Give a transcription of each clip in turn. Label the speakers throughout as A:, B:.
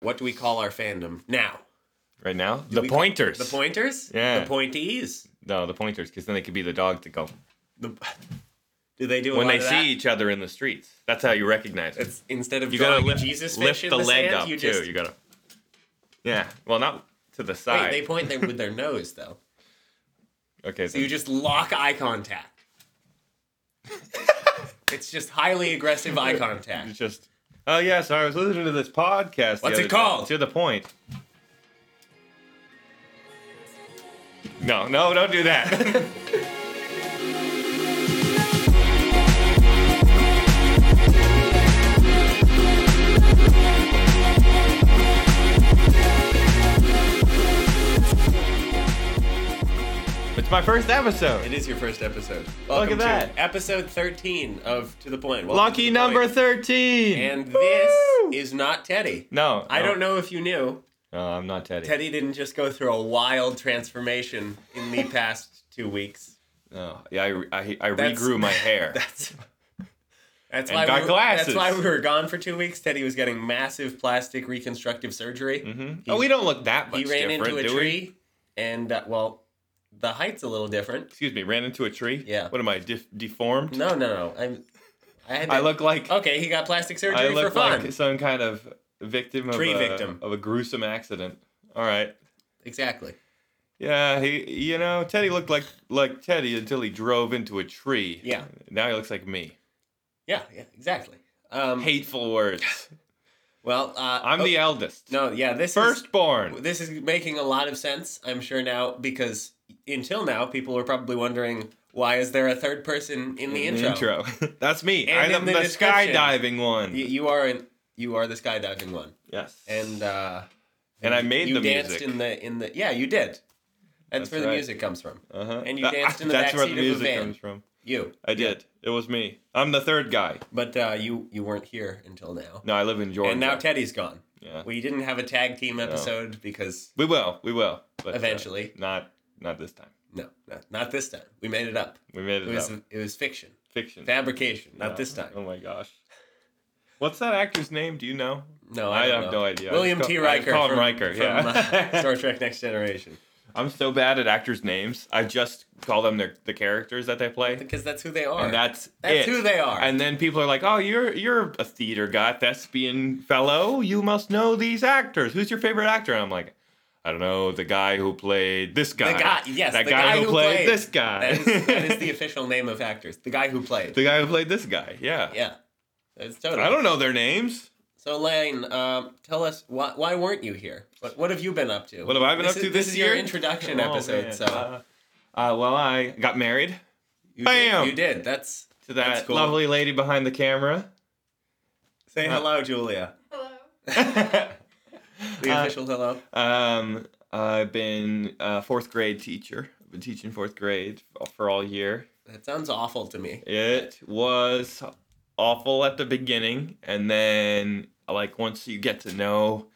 A: What do we call our fandom now?
B: Right now,
A: Do
B: the
A: we-
B: pointers.
A: The pointers?
B: Yeah.
A: The pointees.
B: No, the pointers, because then they could be the dogs that go
A: The, do they do a
B: when
A: lot
B: they
A: of
B: see
A: that?
B: each other in the streets. That's how you recognize it.
A: It's instead of
B: You
A: drawing
B: gotta
A: a
B: lift,
A: Jesus fish
B: lift
A: in
B: the, leg
A: sand,
B: up
A: you
B: too.
A: just
B: You gotta. Yeah. Well, not to the
A: wait.
B: side.
A: They point their, with their nose though,
B: okay.
A: so you
B: then.
A: just lock eye contact. it's just highly aggressive eye contact.
B: It's just. Oh yeah. So I was listening to this podcast. the
A: What's it
B: other day."
A: called?
B: To the point. No, no, don't do that. it's my first episode.
A: It is your first episode.
B: Look
A: Welcome
B: at that.
A: to episode 13 of To the Point. Welcome to
B: Lucky
A: The
B: number
A: Point.
B: thirteen.
A: And this
B: Woo!
A: is not Teddy.
B: no,
A: I
B: no.
A: don't know if you knew,
B: No, I'm not Teddy.
A: Teddy didn't just go through a wild transformation in the past two weeks.
B: No, yeah, I, re- I, I
A: That's-
B: regrew my hair.
A: That's that's
B: And
A: why
B: got
A: we were,
B: glasses.
A: That's why we were gone for two weeks. Teddy was getting massive plastic reconstructive surgery.
B: Mhm. Oh, we don't look that much
A: He ran
B: different,
A: into a
B: do we?
A: tree, and uh, well, the height's a little different.
B: Excuse me, ran into a tree.
A: Yeah.
B: What am I def- deformed?
A: No, no, no. I'm. I had. To,
B: I look like
A: okay. He got plastic surgery
B: I
A: for
B: look
A: fun.
B: like some kind of victim of
A: Tree
B: a,
A: victim.
B: of a gruesome accident. All right.
A: Exactly.
B: Yeah, he you know Teddy looked like like Teddy until he drove into a tree.
A: Yeah.
B: Now he looks like me.
A: Yeah. Yeah. Exactly. Um,
B: Hateful words.
A: Well, uh,
B: I'm
A: oh,
B: the eldest.
A: No. Yeah. This is
B: Firstborn.
A: This is making a lot of sense, I'm sure now, because until now, people were probably wondering why is there a third person in the intro?
B: That's me.
A: And
B: I'm
A: in the
B: the,
A: description.
B: skydiving one.
A: You, you are in, you are the skydiving one,
B: Yes.
A: and uh,
B: and I made
A: you
B: the
A: danced
B: music.
A: in the in the yeah you did. That's,
B: That's
A: where the
B: right.
A: music comes from.
B: Uh-huh.
A: And you
B: That-
A: danced in the
B: That's where
A: backseat
B: the
A: of a
B: music
A: van.
B: comes from.
A: You,
B: I did. It was me. I'm the third guy.
A: but uh, you you weren't here until now,
B: No, I live in Georgia.
A: and now Teddy's gone.
B: yeah.
A: We didn't have a tag team episode because
B: we will. We will. But, uh,
A: Eventually.
B: not not this time.
A: no, not, not this time. We made it up.
B: We made
A: It
B: it,
A: was
B: up.
A: it was fiction,
B: Fiction.
A: fabrication. Not
B: No.
A: this time.
B: Oh my gosh. What's that actor's name? Do you know?
A: No,
B: I
A: I, don't
B: have
A: know.
B: no idea. I
A: William
B: just
A: T.
B: call- I
A: Riker.
B: call him
A: from,
B: Riker,
A: from,
B: yeah.
A: uh, Star Trek: Next Generation,
B: I'm so bad at actors' names. I just call them their the characters that they play.
A: because that's who they are.
B: And that's
A: That's
B: it.
A: who they are.
B: And then people are like, "Oh, you're you're a theater guy, thespian fellow. You must know these actors. Who's your favorite actor?" And I'm like, "I don't know. The guy who played this guy.
A: guy- yes,
B: that
A: the
B: guy,
A: guy
B: who,
A: who
B: played,
A: played.
B: this guy.
A: that, is, that is the official name of actors. The guy who played.
B: the guy who played this guy. Yeah.
A: yeah, that's totally.
B: I don't know their names.
A: So, Lane, um, tell us why, why weren't you here? What, what have you been up to?
B: What have I been
A: This
B: up
A: is-
B: to
A: This
B: this
A: is
B: year?
A: your introduction
B: Oh,
A: episode.
B: man.
A: So,
B: Uh, uh, well, I got married
A: you
B: bam!
A: Did, you did. That's
B: to
A: That's
B: that
A: cool.
B: lovely lady behind the camera.
A: say
B: Uh,
A: hello, Julia.
C: Hello.
A: The
B: Uh,
A: official hello.
B: Um, I've been a fourth grade teacher. I've been teaching fourth grade for all year.
A: That sounds awful to me.
B: It was awful at the beginning, and then like once you get to know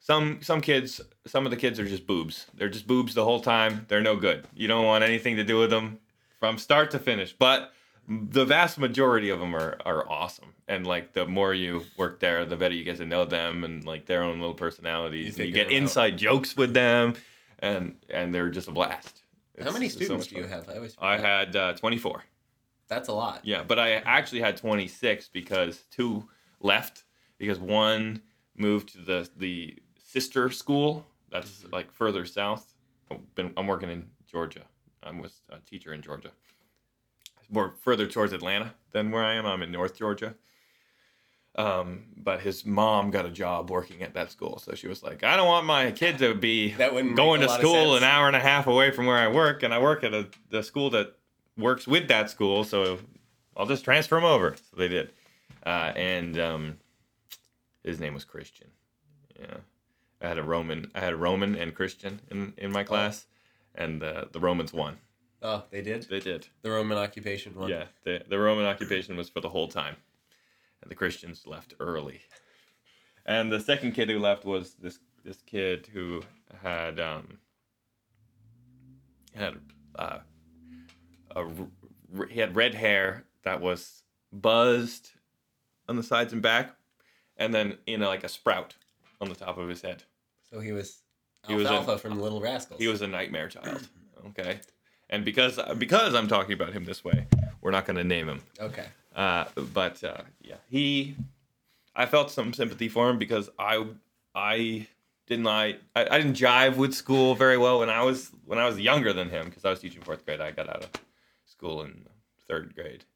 B: some some kids, some of the kids are just boobs. They're just boobs the whole time. They're no good. You don't want anything to do with them from start to finish. But the vast majority of them are are awesome. And like the more you work there, the better you get to know them and like their own little
A: You
B: personalities. and you
A: figure
B: get
A: it out.
B: inside jokes with them, and and they're just a blast.
A: How
B: It's-
A: many
B: it's so
A: students
B: much
A: do you
B: fun.
A: have? I always
B: I
A: forget.
B: had uh, 24.
A: That's a lot.
B: Yeah, but I actually had 26 because two left because one moved to the the sister school that's like further south. I've been, I'm working in Georgia. I'm with a teacher in Georgia. More further towards Atlanta than where I am. I'm in North Georgia. Um, but his mom got a job working at that school, so she was like, "I don't want my kid to be
A: That wouldn't make
B: going
A: a
B: to
A: lot of
B: school
A: sense.
B: an hour and a half away from where I work, and I work at a the school that works with that school, so I'll just transfer him over. So they did, uh, and um, his name was Christian. Yeah, I had a Roman, I had a Roman and Christian in in my class, and uh, the Romans won.
A: Oh, they did.
B: They did.
A: The Roman occupation one.
B: Yeah, the the Roman occupation was for the whole time, and the Christians left early. And the second kid who left was this this kid who had um had uh, a r- r- he had red hair that was buzzed on the sides and back, and then in like a sprout on the top of his head.
A: So he was
B: He was
A: Alfalfa
B: an-
A: from Little Rascals.
B: He was a nightmare child. Okay, and because because I'm talking about him this way, we're not going to name him.
A: okay.
B: Uh, but uh, yeah, he, I felt some sympathy for him because I, I didn't I, I, I didn't jive with school very well when I was when I was younger than him because I was teaching fourth grade. I got out of school in third grade,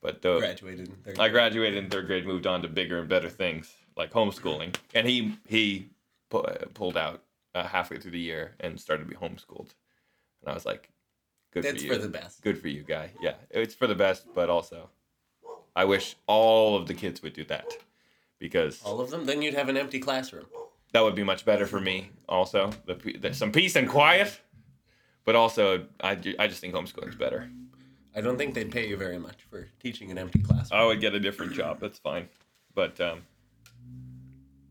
B: but though
A: Graduated. in third
B: Oh. I
A: grade.
B: graduated in third grade, moved on to bigger and better things like homeschooling, and he he pu- pulled out uh, halfway through the year and started to be homeschooled, and I was like, good
A: That's
B: for you
A: for the best.
B: good for you, guy. Yeah, it's for the best, but also, I wish all of the kids would do that because
A: All of them. Then you'd have an empty classroom.
B: that would be much better for me. Also, the, pe- the some peace and quiet, but also I, ju- I just think homeschooling's better.
A: I don't think they'd pay you very much for teaching an empty classroom.
B: I would get a different job. That's fine, but um,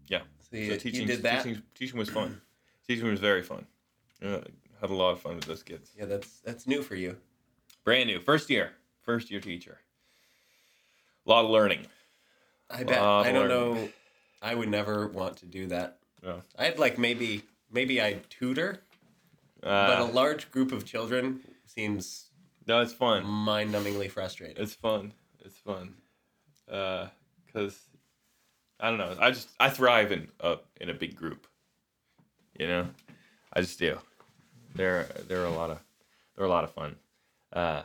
B: yeah.
A: so you,
B: Uh, so
A: you
B: teaching,
A: did that.
B: Teaching, teaching was fun. teaching was very fun. Uh, had a lot of fun with those kids.
A: Yeah, that's that's new for you.
B: Brand new, first year, first year teacher. A lot of learning.
A: I bet.
B: Lot of
A: I don't
B: learning.
A: know. I would never want to do that.
B: Yeah.
A: I'd like maybe maybe I'd tutor, but a
B: Uh,
A: large group of children seems
B: no, it's fun.
A: mind-numbingly frustrating.
B: It's fun. It's fun. Uh, cause I don't know. I just I thrive in a in a big group. You know, I just do. There there are a lot of they're a lot of fun. Uh,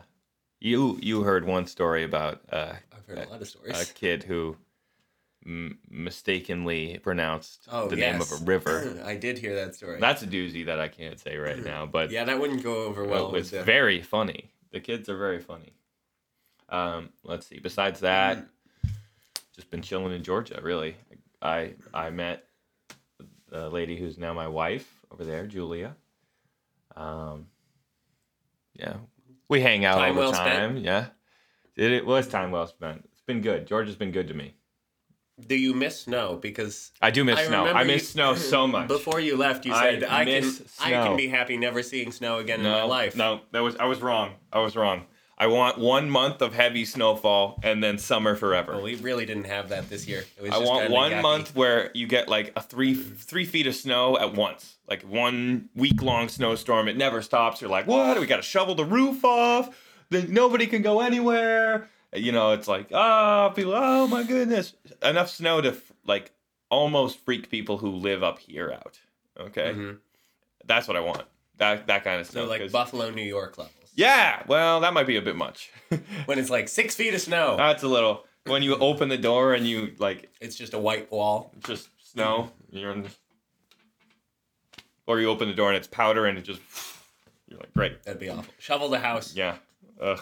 B: you you heard one story about uh,
A: I've heard a lot of stories.
B: a kid who m- mistakenly pronounced
A: oh,
B: the name
A: yes.
B: of a river.
A: I did hear that story.
B: That's a doozy that I can't say
A: Mm-hmm.
B: right now, but
A: yeah, that wouldn't go over well.
B: well,
A: with uh,
B: it's
A: the-
B: very funny. The kids are very funny. Um, let's see. Besides that, just been chilling in Georgia. Really, I I met the lady who's now my wife over there, Julia. Um, yeah, we hang out
A: Time
B: all the
A: well spent.
B: time. Yeah, it, it was time well spent. It's been good. Georgia's been good to me.
A: Do you miss snow? Because
B: I do miss snow.
A: remember
B: I miss
A: you-
B: snow so much.
A: Before you left, you
B: I
A: said I, can
B: miss
A: I can
B: snow."
A: be happy never seeing snow again in my life.
B: No, that was I was wrong. I was wrong. I want one month of heavy snowfall and then summer forever.
A: Well, we really didn't have that this year. It was
B: I
A: just
B: want
A: kinda
B: one
A: yucky.
B: month where you get like a three three feet of snow at once, like one week long snowstorm. It never stops. You're like, what? We got to shovel the roof off. Then nobody can go anywhere. You know, it's like, ah, people. Oh my goodness, enough snow to f- like almost freak people who live up here out. Okay,
A: Mhm.
B: that's what I want. That that kind of snow.
A: So like
B: 'cause-
A: Buffalo, New York levels.
B: yeah, well, that might be a bit much.
A: When it's like six feet of snow,
B: That's a little. When you open the door and you like
A: it's just a white wall.
B: just snow, you're in, or you open the door and it's powder and it just you're like great.
A: That'd be awful. Shovel the house.
B: Yeah. Ugh.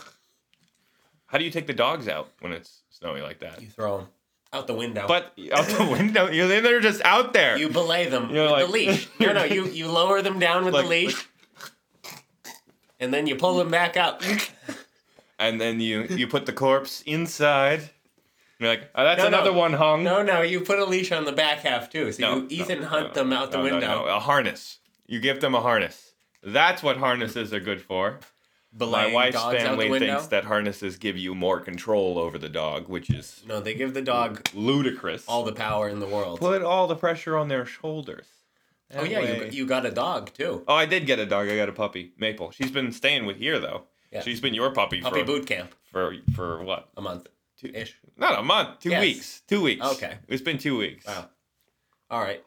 B: How do you take the dogs out when it's snowy like that?
A: You throw them out the window.
B: But out the window, you they're just out there.
A: you belay them
B: You're
A: with
B: like-
A: the leash. No, no, you you lower them down with
B: Like-
A: the leash, and then you pull them back out.
B: and then you you put the corpse inside. And you're like, oh, that's
A: No, no.
B: another one hung.
A: No, no, you put a leash on the back half too. So you Ethan hunt them out the
B: no, no,
A: window,
B: no. A harness. You give them a harness. That's what harnesses are good for. My
A: belaying
B: wife's
A: dogs out the
B: family
A: window.
B: thinks that harnesses give you more control over the dog, which is
A: no, they give the dog
B: ludicrous.
A: all the power in the world.
B: Put all the pressure on their shoulders.
A: oh
B: That
A: yeah,
B: way-
A: you, you got a dog too.
B: Oh, I did get a dog. I got a puppy, Maple. She's been staying with here though.
A: Yeah.
B: She's been your puppy,
A: Puppy
B: for,
A: boot camp
B: for for what?
A: a month
B: Two,
A: ish.
B: not a month. Two
A: Yes.
B: weeks. Two weeks.
A: Okay.
B: It's been two weeks.
A: Wow. All right.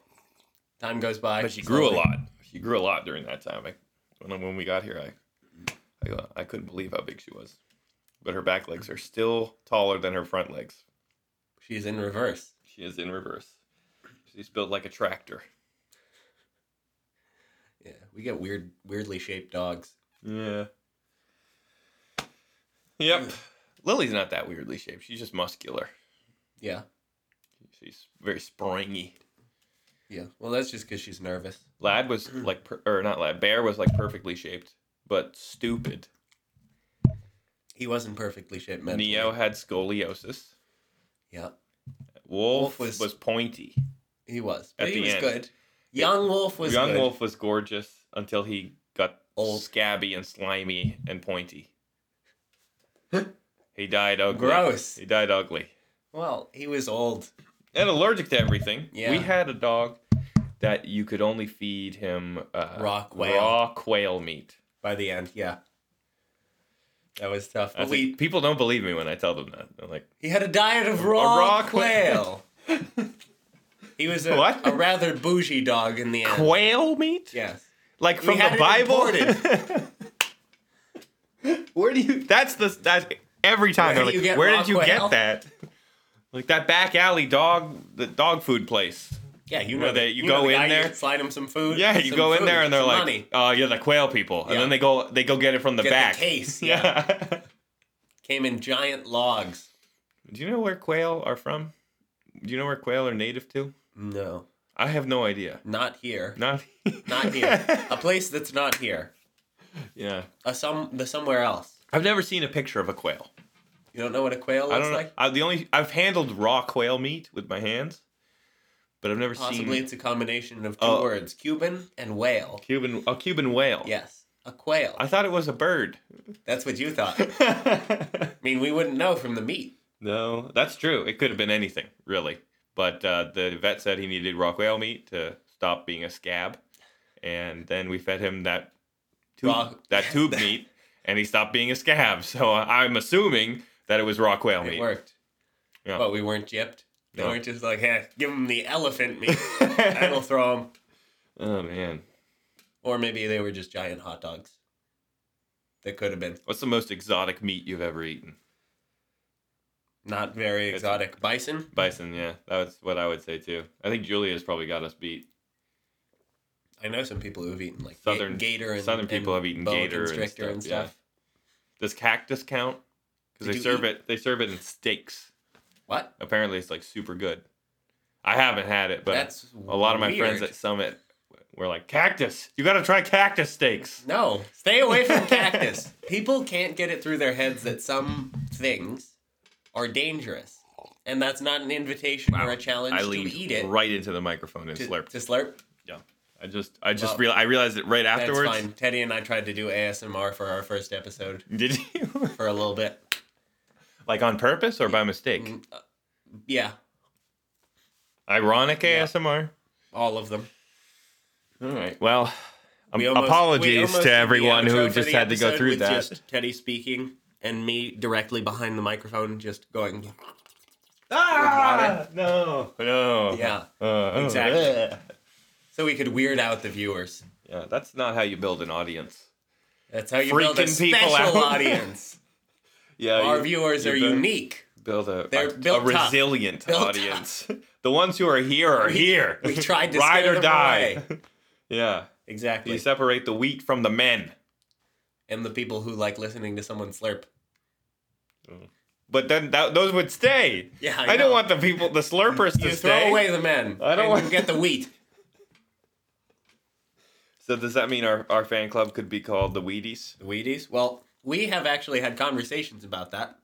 A: Time goes by.
B: But she grew a
A: slowly.
B: lot. She grew a lot during that time. I, when, when we got here, I, I uh, I couldn't believe how big she was. But her back legs are still taller than her front legs.
A: She's in reverse.
B: She is in reverse. She's built like a tractor.
A: Yeah, we get weird, weirdly shaped dogs.
B: Yeah. Yep. Lily's not that weirdly shaped. She's just muscular.
A: Yeah,
B: She's very springy.
A: yeah. Well, that's just because she's nervous.
B: Lad was like, per- or not Lad. Bear was like perfectly shaped, but stupid.
A: He wasn't perfectly shaped mentally.
B: Neo had scoliosis.
A: Yeah, Wolf
B: Wolf,
A: was-
B: was pointy.
A: he was. But
B: At
A: he
B: the
A: was
B: end.
A: good. Young Wolf was
B: Young
A: good.
B: Wolf was gorgeous until he got
A: Old.
B: scabby and slimy and pointy. he died ugly.
A: Gross.
B: He died ugly.
A: Well, he was old.
B: and allergic to everything.
A: Yeah.
B: We had a dog that you could only feed him uh,
A: Raw quail.
B: raw quail meat.
A: by the end. Yeah, that was tough.
B: I
A: But
B: think
A: we
B: people don't believe me when I tell them that. They're like,
A: he had a diet of raw,
B: raw
A: quail. he was a,
B: What?
A: a rather bougie dog in the end.
B: quail meat?
A: Yes.
B: Like from
A: had
B: the
A: it
B: Bible?
A: Where do you?
B: that's the that's every
A: Where
B: time they're
A: do
B: like,
A: you get
B: where
A: raw
B: did you
A: quail?"
B: get that? Like that back alley dog, the dog food place.
A: Yeah, you
B: Where
A: know
B: they-
A: that
B: you go in there?
A: slide him some food.
B: Yeah, you
A: some
B: go in
A: food,
B: there and they're
A: some
B: like,
A: money.
B: "Oh, you're the quail people," and
A: Yeah.
B: then they go they go get it from the
A: Get the
B: back.
A: case,
B: yeah.
A: came in giant logs.
B: Do you know where quail are from? Do you know where quail are native to?
A: No,
B: I have no idea.
A: not here.
B: Not
A: Not here. a place that's not here.
B: yeah.
A: A some the somewhere else.
B: I've never seen a picture of a quail.
A: You don't know what a quail looks
B: I don't know.
A: like.
B: I, the only I've handled raw quail meat with my hands, but I've never
A: Possibly
B: seen
A: it's a combination of two
B: Oh.
A: words: Cuban and whale.
B: Cuban a Cuban whale.
A: Yes, a quail.
B: I thought it was a bird.
A: That's what you thought. I mean, we wouldn't know from the meat.
B: no, that's true. It could have been anything, really. But uh, the vet said he needed raw quail meat to stop being a scab, and then we fed him that tube,
A: Raw-
B: that tube meat, and he stopped being a scab. So uh, I'm assuming that it was raw quail
A: It
B: meat.
A: worked,
B: Yeah.
A: but we weren't gypped. They
B: No.
A: weren't just like, "Hey, give them the elephant meat. That'll throw them."
B: oh man,
A: Or maybe they were just giant hot dogs. That could have been
B: what's the most exotic meat you've ever eaten?
A: not very
B: That's-
A: exotic. Bison.
B: Bison, yeah, that's what I would say too. I think Julia's probably got us beat.
A: I know some people who've eaten like ga-
B: Southern-
A: gator and
B: southern people
A: and
B: have eaten
A: boa
B: gator and
A: constrictor and
B: stuff, yeah.
A: stuff.
B: Does cactus count? Because
A: Did
B: they
A: you
B: serve
A: eat-
B: it. They serve it in steaks.
A: What?
B: Apparently, it's like super good. I haven't had it, but
A: That's
B: a lot of my friends
A: weird.
B: at Summit were like, "Cactus, you got to try cactus steaks."
A: No, stay away from cactus. People can't get it through their heads that some things are dangerous, and that's not an invitation or a challenge
B: I
A: to
B: leaned
A: eat it.
B: right into the microphone and
A: to,
B: slurped.
A: to slurp.
B: yeah, I just, I just
A: Well,
B: real, I realized it right
A: That's
B: afterwards.
A: fine. Teddy and I tried to do ASMR for our first episode
B: Did you
A: for a little bit.
B: like on purpose or by mistake?
A: Mm, uh, Yeah,
B: Ironic
A: Yeah.
B: ASMR.
A: all of them.
B: All right. Well, um,
A: We almost- we
B: apologies
A: almost did
B: to
A: the
B: everyone who
A: outro for
B: just
A: the
B: had to go
A: episode
B: through
A: with
B: that.
A: Just Teddy speaking and me directly behind the microphone, just going.
B: Ah, no, no.
A: Yeah.
B: Uh, oh,
A: Exactly.
B: yeah.
A: So we could weird out the viewers.
B: Yeah, that's not how you build an audience.
A: That's how you build a
B: Freaking people
A: special
B: out.
A: audience.
B: Yeah,
A: Our
B: you-
A: viewers
B: you
A: are
B: build-
A: unique.
B: Build a,
A: They're
B: a,
A: built
B: a
A: tough.
B: resilient
A: Built
B: audience. the ones who are here are here.
A: we tried to
B: ride
A: scare
B: or
A: them
B: die. yeah,
A: Exactly.
B: you separate the wheat from the men.
A: and the people who like listening to someone slurp.
B: But then that, those would stay.
A: Yeah, I
B: I, don't
A: know.
B: want the people, the slurpers,
A: You
B: to
A: throw
B: stay.
A: away the men.
B: I don't
A: and
B: want-
A: you get the wheat.
B: So does that mean our, our fan club could be called the Wheaties,
A: The Wheaties. Well, we have actually had conversations about that.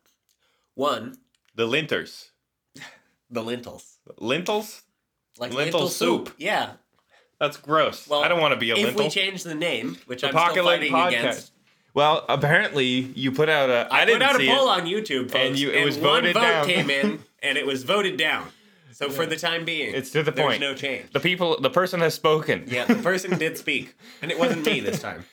A: One,
B: the Linters,
A: the lentils.
B: lintels?
A: Like
B: Lentil soup.
A: Yeah.
B: That's gross.
A: Well,
B: I don't want to be a
A: if
B: lintel.
A: we change the name, which I'm still
B: Apocalypse
A: fighting
B: podcast.
A: against,
B: Well, apparently you put out a. I,
A: I,
B: didn't
A: put out a
B: see
A: poll
B: it.
A: on YouTube, folks,
B: And you- it was
A: one
B: voted
A: vote
B: down.
A: came in, and it was voted down. So for the time being,
B: It's to the
A: there's
B: point.
A: no change.
B: The people, the person has spoken.
A: Yeah, the person did speak, and it wasn't me this time.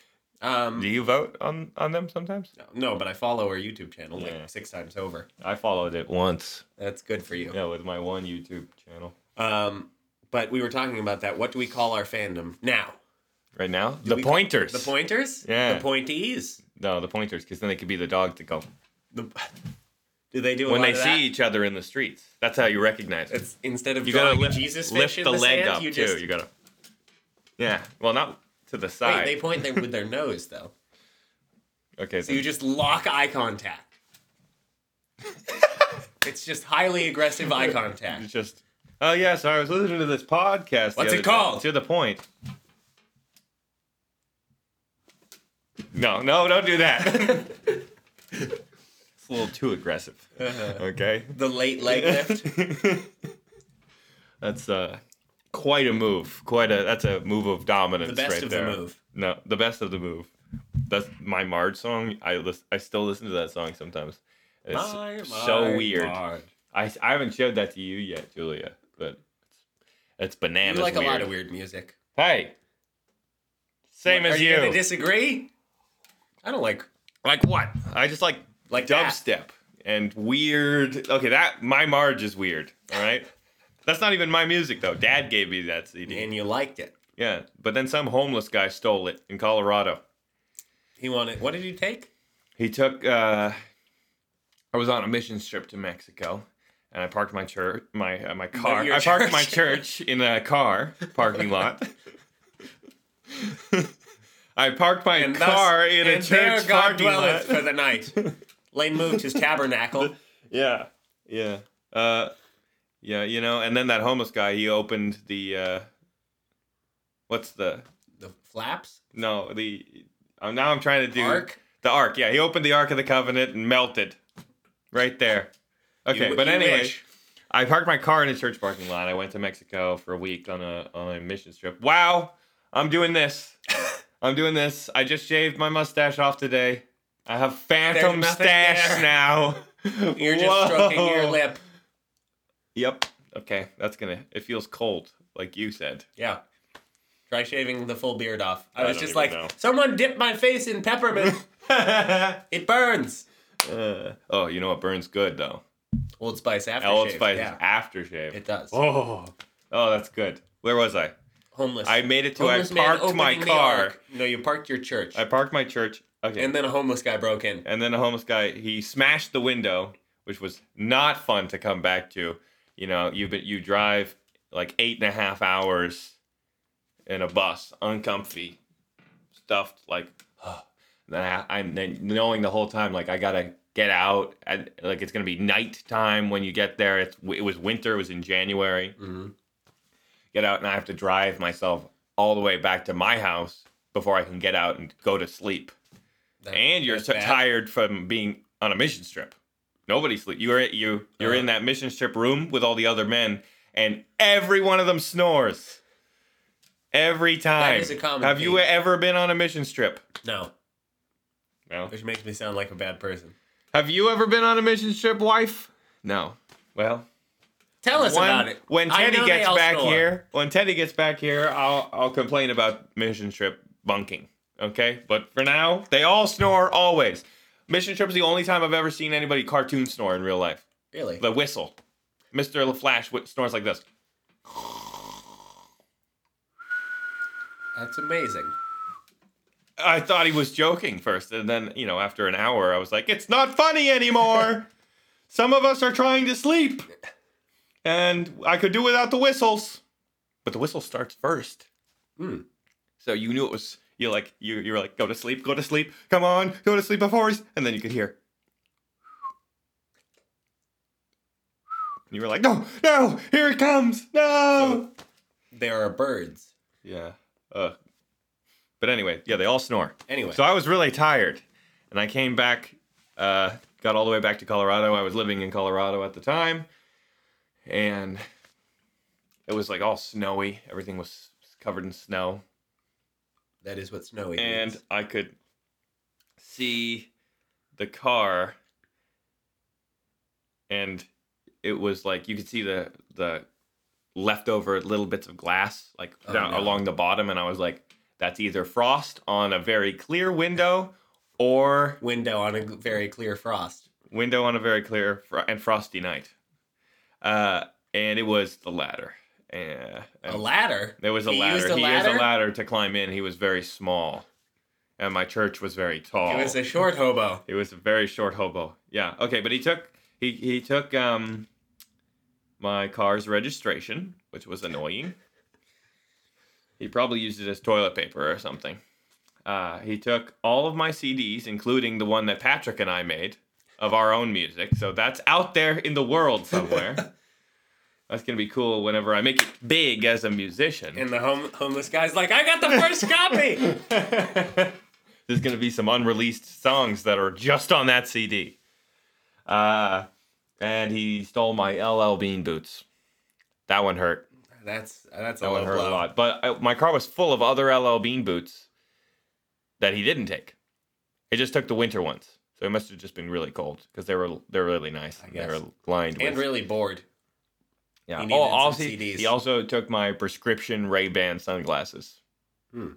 A: Um,
B: Do you vote on on them sometimes?
A: no, but I follow her YouTube channel
B: Yeah.
A: like six times over.
B: I followed it once.
A: That's good for you.
B: Yeah, with my one YouTube channel.
A: Um, but we were talking about that. What do we call our fandom now?
B: Right now, the
A: we-
B: pointers.
A: The pointers?
B: Yeah.
A: The pointees?
B: No, the pointers, because then they could be the dog to go
A: The, do they do a
B: when
A: lot
B: they
A: of
B: see
A: that?
B: each other in the streets. That's how you recognize it.
A: It's instead of
B: you
A: drawing
B: gotta
A: a
B: lift,
A: Jesus fish
B: lift
A: in
B: the, leg
A: sand,
B: up
A: you
B: too.
A: just
B: You gotta. Yeah. Well, not to the
A: wait.
B: side.
A: They point there with their nose though,
B: okay.
A: so you
B: then.
A: just lock eye contact. it's just highly aggressive eye
B: It's
A: contact.
B: just, oh yeah, so I was listening to this podcast. the
A: What's it
B: other day."
A: called?
B: To the point. No, no, don't do that. it's a little too aggressive. Okay.
A: The late leg lift.
B: that's uh, quite a move. Quite a that's a move of dominance.
A: The best
B: right
A: of the
B: there.
A: move.
B: No, the best of the move. That's my Marge song. I lis- I still listen to that song sometimes. It's
A: My,
B: so
A: my,
B: weird.
A: my.
B: I, I haven't showed that to you yet, Julia. but it's, it's
A: You
B: bananas.
A: like
B: weird.
A: a lot of weird music.
B: Hey, same
A: Are
B: as
A: you
B: you.
A: gonna disagree? I don't like
B: like what? I just like
A: Like that.
B: dubstep and weird. Okay, that my Marge is weird. All right, that's not even my music though. Dad gave me that CD.
A: and you liked it.
B: Yeah, but then some homeless guy stole it in Colorado.
A: He wanted. What did you take?
B: He took. Uh, I was on a mission trip to Mexico, and I parked my church, my uh, my car.
A: your
B: I parked my
A: church.
B: church in a car parking lot. I parked my
A: And thus-
B: car in a
A: and there
B: church
A: God
B: parking lot.
A: dwelleth for the night. Lane moved his tabernacle.
B: yeah, yeah, uh, yeah. You know, and then that homeless guy, he opened the. Uh, what's the
A: The flaps.
B: no the? I'm now I'm trying to do
A: Ark?
B: the ark. Yeah, he opened the ark of the covenant and melted, right there. Okay,
A: You-
B: but
A: you
B: anyway,
A: wish.
B: I parked my car in a church parking lot. I went to Mexico for a week on a on a mission trip. Wow, I'm doing this. I'm doing this. I just shaved my mustache off today. I have phantom
A: nothing
B: stash
A: there.
B: now.
A: You're just stroking your
B: Whoa.
A: lip.
B: Yep. Okay, that's gonna. It feels cold, like you said.
A: Yeah. Try shaving the full beard off. I
B: I
A: was
B: don't
A: just
B: even
A: like,
B: know.
A: someone dipped my face in peppermint. it burns.
B: Uh, oh, you know what burns good though?
A: Old Spice aftershave.
B: Old Spice
A: Yeah,
B: aftershave.
A: it does.
B: oh, oh, that's good. Where was I?
A: Homeless.
B: I made it to I
A: homeless man
B: parked my
A: opening the
B: car.
A: ark. No, you parked your church.
B: I parked my church. Okay.
A: and then a homeless guy broke in.
B: And then a homeless guy, he smashed the window, which was not fun to come back to. You know, you but you drive like eight and a half hours in a bus, uncomfy, stuffed, like, and then I, I'm then knowing the whole time, like I gotta get out, and like it's gonna be nighttime when you get there. It's it was winter, it was in January.
A: Mm-hmm.
B: Get out, and I have to drive myself all the way back to my house before I can get out and go to sleep and you're so tired from being on a mission trip. Nobody sleep. You're at you. You're in that mission trip room with all the other men, and every one of them snores. Every time.
A: is a common
B: Have you
A: theme.
B: ever been on a mission trip?
A: No,
B: No.
A: which makes me sound like a bad person.
B: Have you ever been on a mission trip, wife? No. Well,
A: Tell us
B: when,
A: about it.
B: when
A: I
B: Teddy
A: know they
B: gets
A: all
B: back
A: snore.
B: here, when Teddy gets back here, I'll I'll complain about mission trip bunking. Okay, but for now, they all snore always. Mission trip is the only time I've ever seen anybody cartoon snore in real life.
A: Really?
B: The whistle, Mister LaFlash wh- snores like this.
A: That's amazing.
B: I thought he was joking first, and then you know, after an hour, I was like, it's not funny anymore. Some of us are trying to sleep, and I could do without the whistles. But the whistle starts first.
A: Hmm.
B: So you knew it was you like you you were like go to sleep, go to sleep, come on, go to sleep before he's and then you could hear. And you were like, no, no, here it comes, no.
A: There are birds.
B: yeah. Uh, but anyway, yeah, they all snore.
A: Anyway,
B: So I was really tired, and I came back, uh, got all the way back to Colorado. I was living in Colorado at the time, and it was like all snowy. Everything was covered in snow
A: that is what snowy
B: and
A: means.
B: I could see the car, and it was like you could see the the leftover little bits of glass like
A: Oh,
B: down
A: no.
B: along the bottom, and I was like, "That's either frost on a very clear window, or
A: window on a very clear frost.
B: window on a very clear fr- and frosty night." Uh, and it was the latter. Uh,
A: A ladder.
B: there was a
A: He
B: ladder.
A: used a
B: he
A: ladder?
B: used a ladder to climb in. He was very small, and my church was very tall.
A: It was a short hobo.
B: He was a very short hobo. Yeah. Okay, but he took he he took um my car's registration, which was annoying. he probably used it as toilet paper or something. Uh, he took all of my CDs, including the one that Patrick and I made of our own music. So that's out there in the world somewhere. that's gonna be cool whenever I make it big as a musician.
A: And the home- homeless guy's like, I got the first copy.
B: There's gonna be some unreleased songs that are just on that CD. Uh, and he stole my LL Bean boots. That one hurt.
A: That's that's a
B: That one
A: low
B: hurt
A: blow.
B: a lot. But I, my car was full of other LL Bean boots that he didn't take. He just took the winter ones. So it must have just been really cold because they were they're really nice.
A: I
B: and They
A: guess.
B: were lined
A: And
B: with
A: really bored.
B: Yeah.
A: He
B: Oh,
A: needed some
B: also,
A: CDs.
B: he also took my prescription Ray Ban sunglasses.
A: Hmm.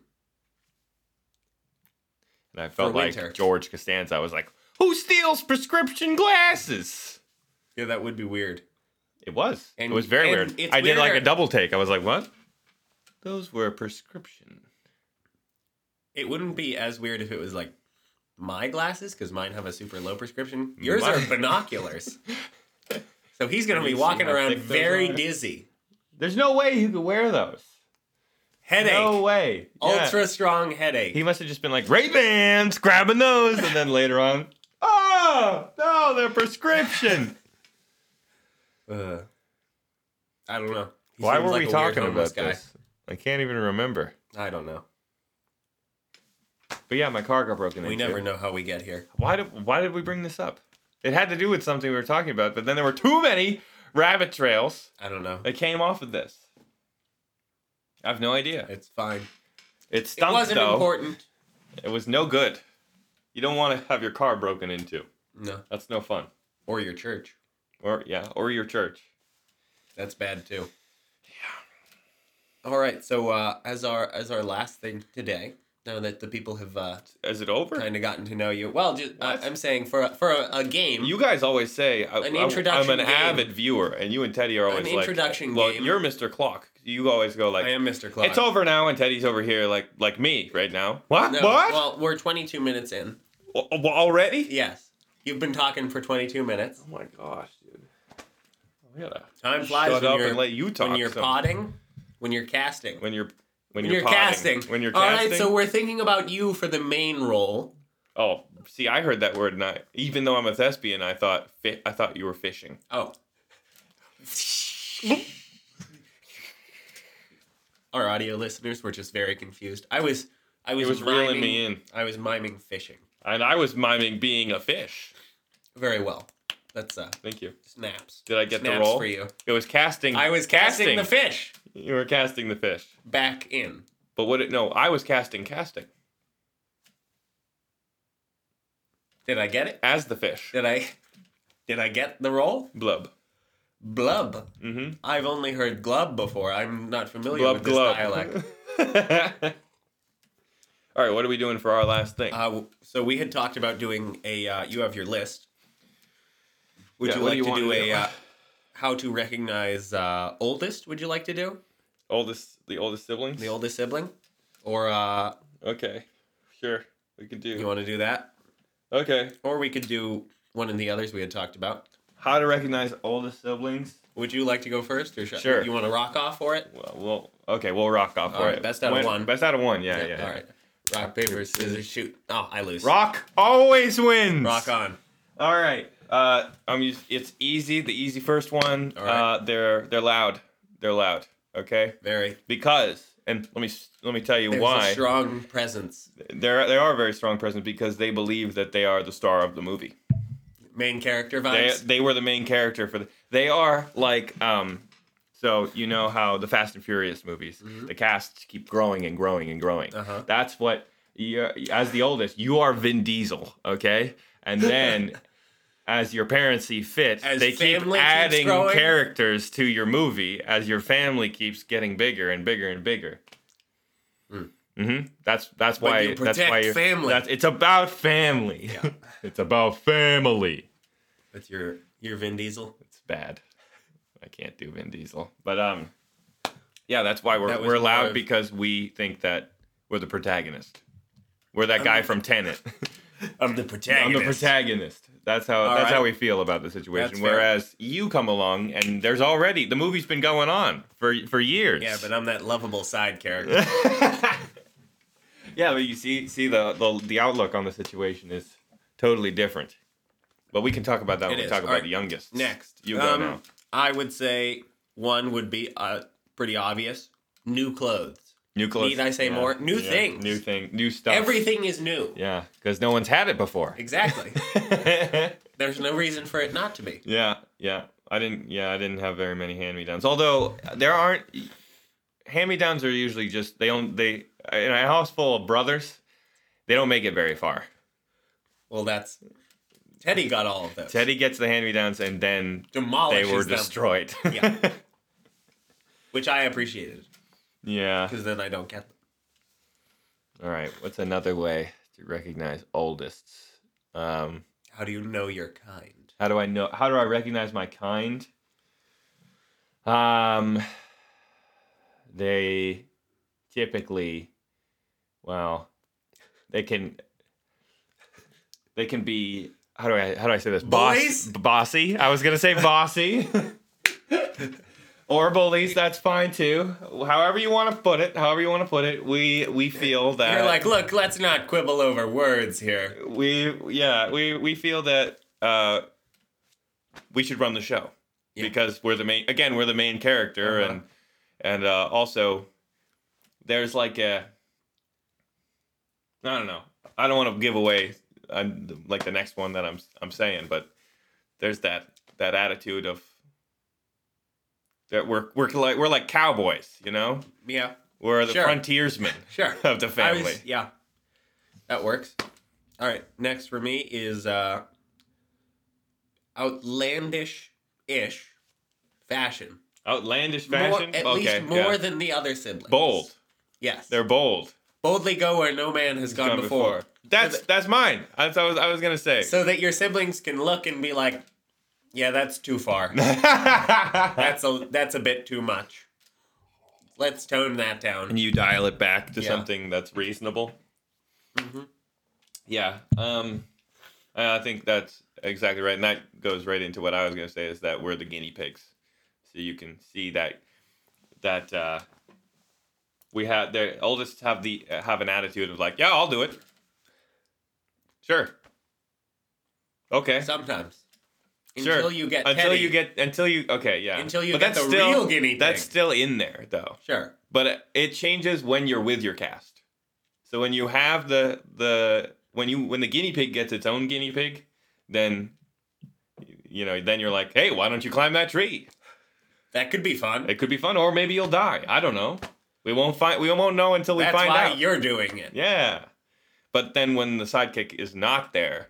B: And I felt
A: For
B: like
A: winter.
B: George Costanza. I was like, "Who steals prescription glasses?"
A: Yeah, that would be weird.
B: It was.
A: And-
B: it was very
A: and
B: weird.
A: it's
B: I did like a
A: weirder-
B: double take. I was like, "What? Those were prescription."
A: It wouldn't be as weird if it was like my glasses, because mine have a super low prescription.
B: Mm-hmm.
A: Yours are
B: Mine-
A: binoculars. so he's going to
B: You
A: be
B: see
A: walking
B: how
A: around
B: thick those
A: very
B: are?
A: dizzy.
B: There's no way you could wear those.
A: Headache.
B: No way. Yeah.
A: Ultra strong headache.
B: He must have just been like Ray Bans, grabbing those, and then later on, oh no, they're prescription.
A: Uh, I don't know. He
B: Why
A: seems
B: were
A: like
B: we
A: a weird
B: talking
A: homeless
B: about this? I can't even remember.
A: I don't know.
B: But yeah, my car got broken
A: We
B: into.
A: never know how we get here.
B: Why did Why did we bring this up? It had to do with something we were talking about, but then there were too many rabbit trails
A: I don't know.
B: that came off of this. I have no idea.
A: It's fine.
B: It
A: It
B: stunk
A: wasn't
B: though.
A: important.
B: It was no good. You don't want to have your car broken into.
A: No.
B: That's no fun.
A: Or your church.
B: Or yeah, or your church.
A: That's bad too. Yeah. All right. So uh, as our as our last thing today, now that the people have uh,
B: Is it over?
A: kind of gotten to know you, well, just, I,
B: What?
A: I'm saying for a, for a, a game,
B: You guys always say I,
A: An
B: I-
A: introduction
B: I'm an
A: game.
B: avid viewer, and you and Teddy are always like
A: introduction
B: Well,
A: game.
B: you're Mr. Clock. You always go like
A: I am Mr. Clark.
B: it's over now, and Teddy's over here like like me right now. What?
A: No,
B: what?
A: Well, we're 22 minutes in.
B: Well, already?
A: Yes. You've been talking for 22 minutes.
B: Oh my gosh, dude. We gotta
A: Time flies
B: shut
A: when
B: up
A: you're-
B: and let you talk.
A: when you're
B: some-
A: potting, when you're casting,
B: When you're
A: when
B: when, you're,
A: you're casting.
B: When you're
A: All
B: casting.
A: right, so we're thinking about you for the main role.
B: oh, see, I heard that word, and I even though I'm a thespian, I thought fi- I thought you were fishing.
A: Oh. Our audio listeners were just very confused. I was, I was,
B: It was
A: miming,
B: reeling me in,
A: I was miming fishing
B: and I was miming being a fish.
A: very well. That's uh,
B: Thank you.
A: snaps.
B: Did I get
A: snaps
B: the role?
A: for you?
B: It was casting.
A: I was casting, the fish
B: You were casting the fish.
A: back in.
B: But what it no, I was casting casting
A: Did I get it?
B: as the fish.
A: Did I, did I get the role?
B: Blub.
A: Blub.
B: Mm-hmm.
A: I've only heard glub before. I'm not familiar
B: Blub
A: with this
B: glub.
A: dialect.
B: All right, what are we doing for our last thing?
A: Uh, w- so we had talked about doing a. Uh, you have your list. Would
B: Yeah,
A: you
B: what
A: like
B: do you
A: to
B: wanna
A: do a
B: do?
A: uh, how to recognize uh, oldest? Would you like to do
B: oldest, the oldest siblings.
A: the oldest sibling, or uh,
B: okay, sure, we can
A: you
B: do.
A: want to do that,
B: Okay,
A: or we could do one of the others we had talked about.
B: how to recognize oldest siblings?
A: Would you like to go first, or should,
B: Sure.
A: You want to rock off for it?
B: Well, we'll okay, we'll rock off.
A: All right, best out of
B: When-
A: one.
B: Best out of one. Yeah, yeah.
A: All
B: yeah.
A: right. Rock paper scissors shoot. Oh, I lose.
B: Rock always wins.
A: Rock on.
B: All right. Uh, I'm. Used, it's easy. The easy first one.
A: All right.
B: Uh, they're they're loud. They're loud. Okay.
A: Very.
B: because and let me let me tell you
A: There's
B: why
A: a strong presence.
B: they're they are very strong present because they believe that they are the star of the movie.
A: Main character
B: They
A: vibes.
B: they were the main character for the, they are like um so you know how the Fast and Furious movies the casts keep growing and growing and growing.
A: Mm-hmm. Uh-huh.
B: That's what you as the oldest you are Vin Diesel, okay? And then as your parents see fit,
A: As
B: they keep
A: family keeps
B: adding
A: growing.
B: characters to your movie as your family keeps getting bigger and bigger and bigger. Mm-hmm. That's that's
A: Hmm. But
B: why
A: you
B: that's why
A: protect
B: you're,
A: family.
B: That's, it's about family.
A: Yeah.
B: it's about family.
A: That's your your Vin Diesel.
B: It's bad. I can't do Vin Diesel, but um, yeah, that's why we're
A: That was
B: we're
A: more
B: loud
A: of-
B: because we think that we're the protagonist. We're that guy from Tenet.
A: I'm the
B: I'm
A: protagonist.
B: the protagonist. That's how
A: All
B: that's how
A: right.
B: we feel about the situation.
A: That's fair.
B: Whereas you come along and there's already the movie's been going on for for years.
A: Yeah, but I'm that lovable side character.
B: yeah, but you see see the the, the outlook on the situation is totally different. But we can talk about that
A: It
B: when we
A: is.
B: talk about
A: All right.
B: the youngest.
A: Next,
B: you go
A: Um,
B: now.
A: I would say one would be uh, pretty obvious: new clothes.
B: New clothes.
A: Need I say more? New things.
B: New thing. New stuff.
A: Everything is new.
B: Yeah, because no one's had it before.
A: Exactly.
B: Exactly.
A: There's no reason for it not to be.
B: yeah, yeah. I didn't. Yeah, I didn't have very many hand me downs. Although there aren't. Hand me downs are usually just they don't they in a house full of brothers. They don't make it very far.
A: Well, that's Teddy got all of those.
B: Teddy gets the hand me downs and then
A: demolishes
B: they were
A: them.
B: destroyed.
A: Yeah. which I appreciated
B: Yeah.
A: because then I don't get them.
B: All right. What's another way to recognize oldists? Um,
A: How do you know your kind?
B: how do I know? How do I recognize my kind? Um, they typically, well, they can, they can be. How do I? How do I say this?
A: Bullies?
B: bossy. I was gonna say bossy. Or bullies, that's fine too. However you want to put it, however you want to put it, we we feel that
A: You're like, look, let's not quibble over words here.
B: we yeah we we feel that uh we should run the show
A: Yeah.
B: because we're the main again we're the main character
A: Uh-huh.
B: and and uh also there's like a i don't know i don't want to give away i'm like the next one that i'm i'm saying but there's that that attitude of that we're we're like we're like cowboys you know
A: Yeah,
B: we're the
A: Sure.
B: frontiersmen
A: sure.
B: of the
A: I
B: family
A: was- yeah, that works. All right, next for me is uh, outlandish ish fashion.
B: outlandish
A: More-
B: fashion
A: at
B: okay
A: least more
B: yeah.
A: than the other siblings.
B: bold
A: Yes.
B: They're bold.
A: boldly go where no man has gone,
B: Gone
A: before.
B: That's that's mine. That's what I was I was gonna say.
A: So that your siblings can look and be like, yeah, that's too far. that's a that's a bit too much. Let's tone that down.
B: and you dial it back to
A: Yeah.
B: something that's reasonable.
A: Mhm.
B: Yeah. Um, I I think that's exactly right, and that goes right into what I was gonna say is that we're the guinea pigs, so you can see that that uh, we have the oldest have the uh, have an attitude of like, yeah, I'll do it. Sure. Okay.
A: Sometimes.
B: Sure.
A: Until you get
B: until
A: petty.
B: you get until you okay yeah
A: Until you
B: but
A: get
B: that's
A: the
B: still,
A: real guinea
B: that's
A: pig.
B: still in there though
A: Sure.
B: but it, it changes when you're with your cast so when you have the the when you when the guinea pig gets its own guinea pig then you know then you're like hey why don't you climb that tree
A: That could be fun.
B: it could be fun or maybe you'll die i don't know we won't find we won't know until we
A: that's
B: find
A: why
B: out
A: you're doing it.
B: yeah but then when the sidekick is not there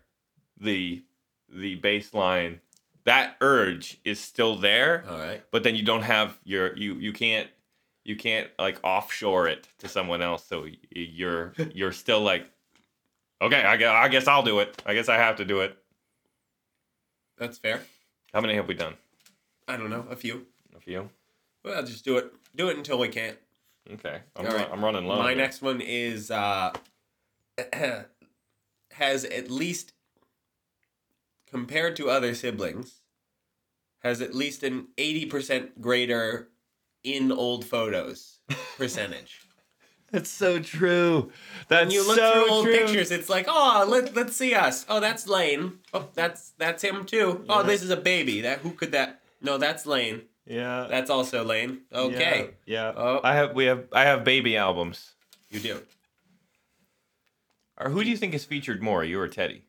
B: the the baseline that urge is still there
A: All right.
B: but then you don't have your you you can't you can't like offshore it to someone else so y- you're you're still like okay I guess, I guess i'll do it i guess i have to do it
A: That's fair.
B: how many have we done
A: I don't know. A few.
B: a few
A: Well, just do it. Do it until we can't.
B: okay i'm,
A: All
B: ru-
A: right.
B: I'm running low
A: My
B: here.
A: next one is uh, has at least compared to other siblings has at least an 80% greater in old photos percentage.
B: that's so true that's
A: When you look
B: so
A: through old
B: true.
A: pictures, it's like, oh, let, let's see us. Oh, that's Lane. Oh, that's that's him too. Oh, this is a baby. That who could that? No, that's Lane.
B: yeah
A: That's also Lane. Okay,
B: yeah, yeah.
A: Oh.
B: i have we have i have baby albums
A: you do.
B: or who do you think is featured more you or teddy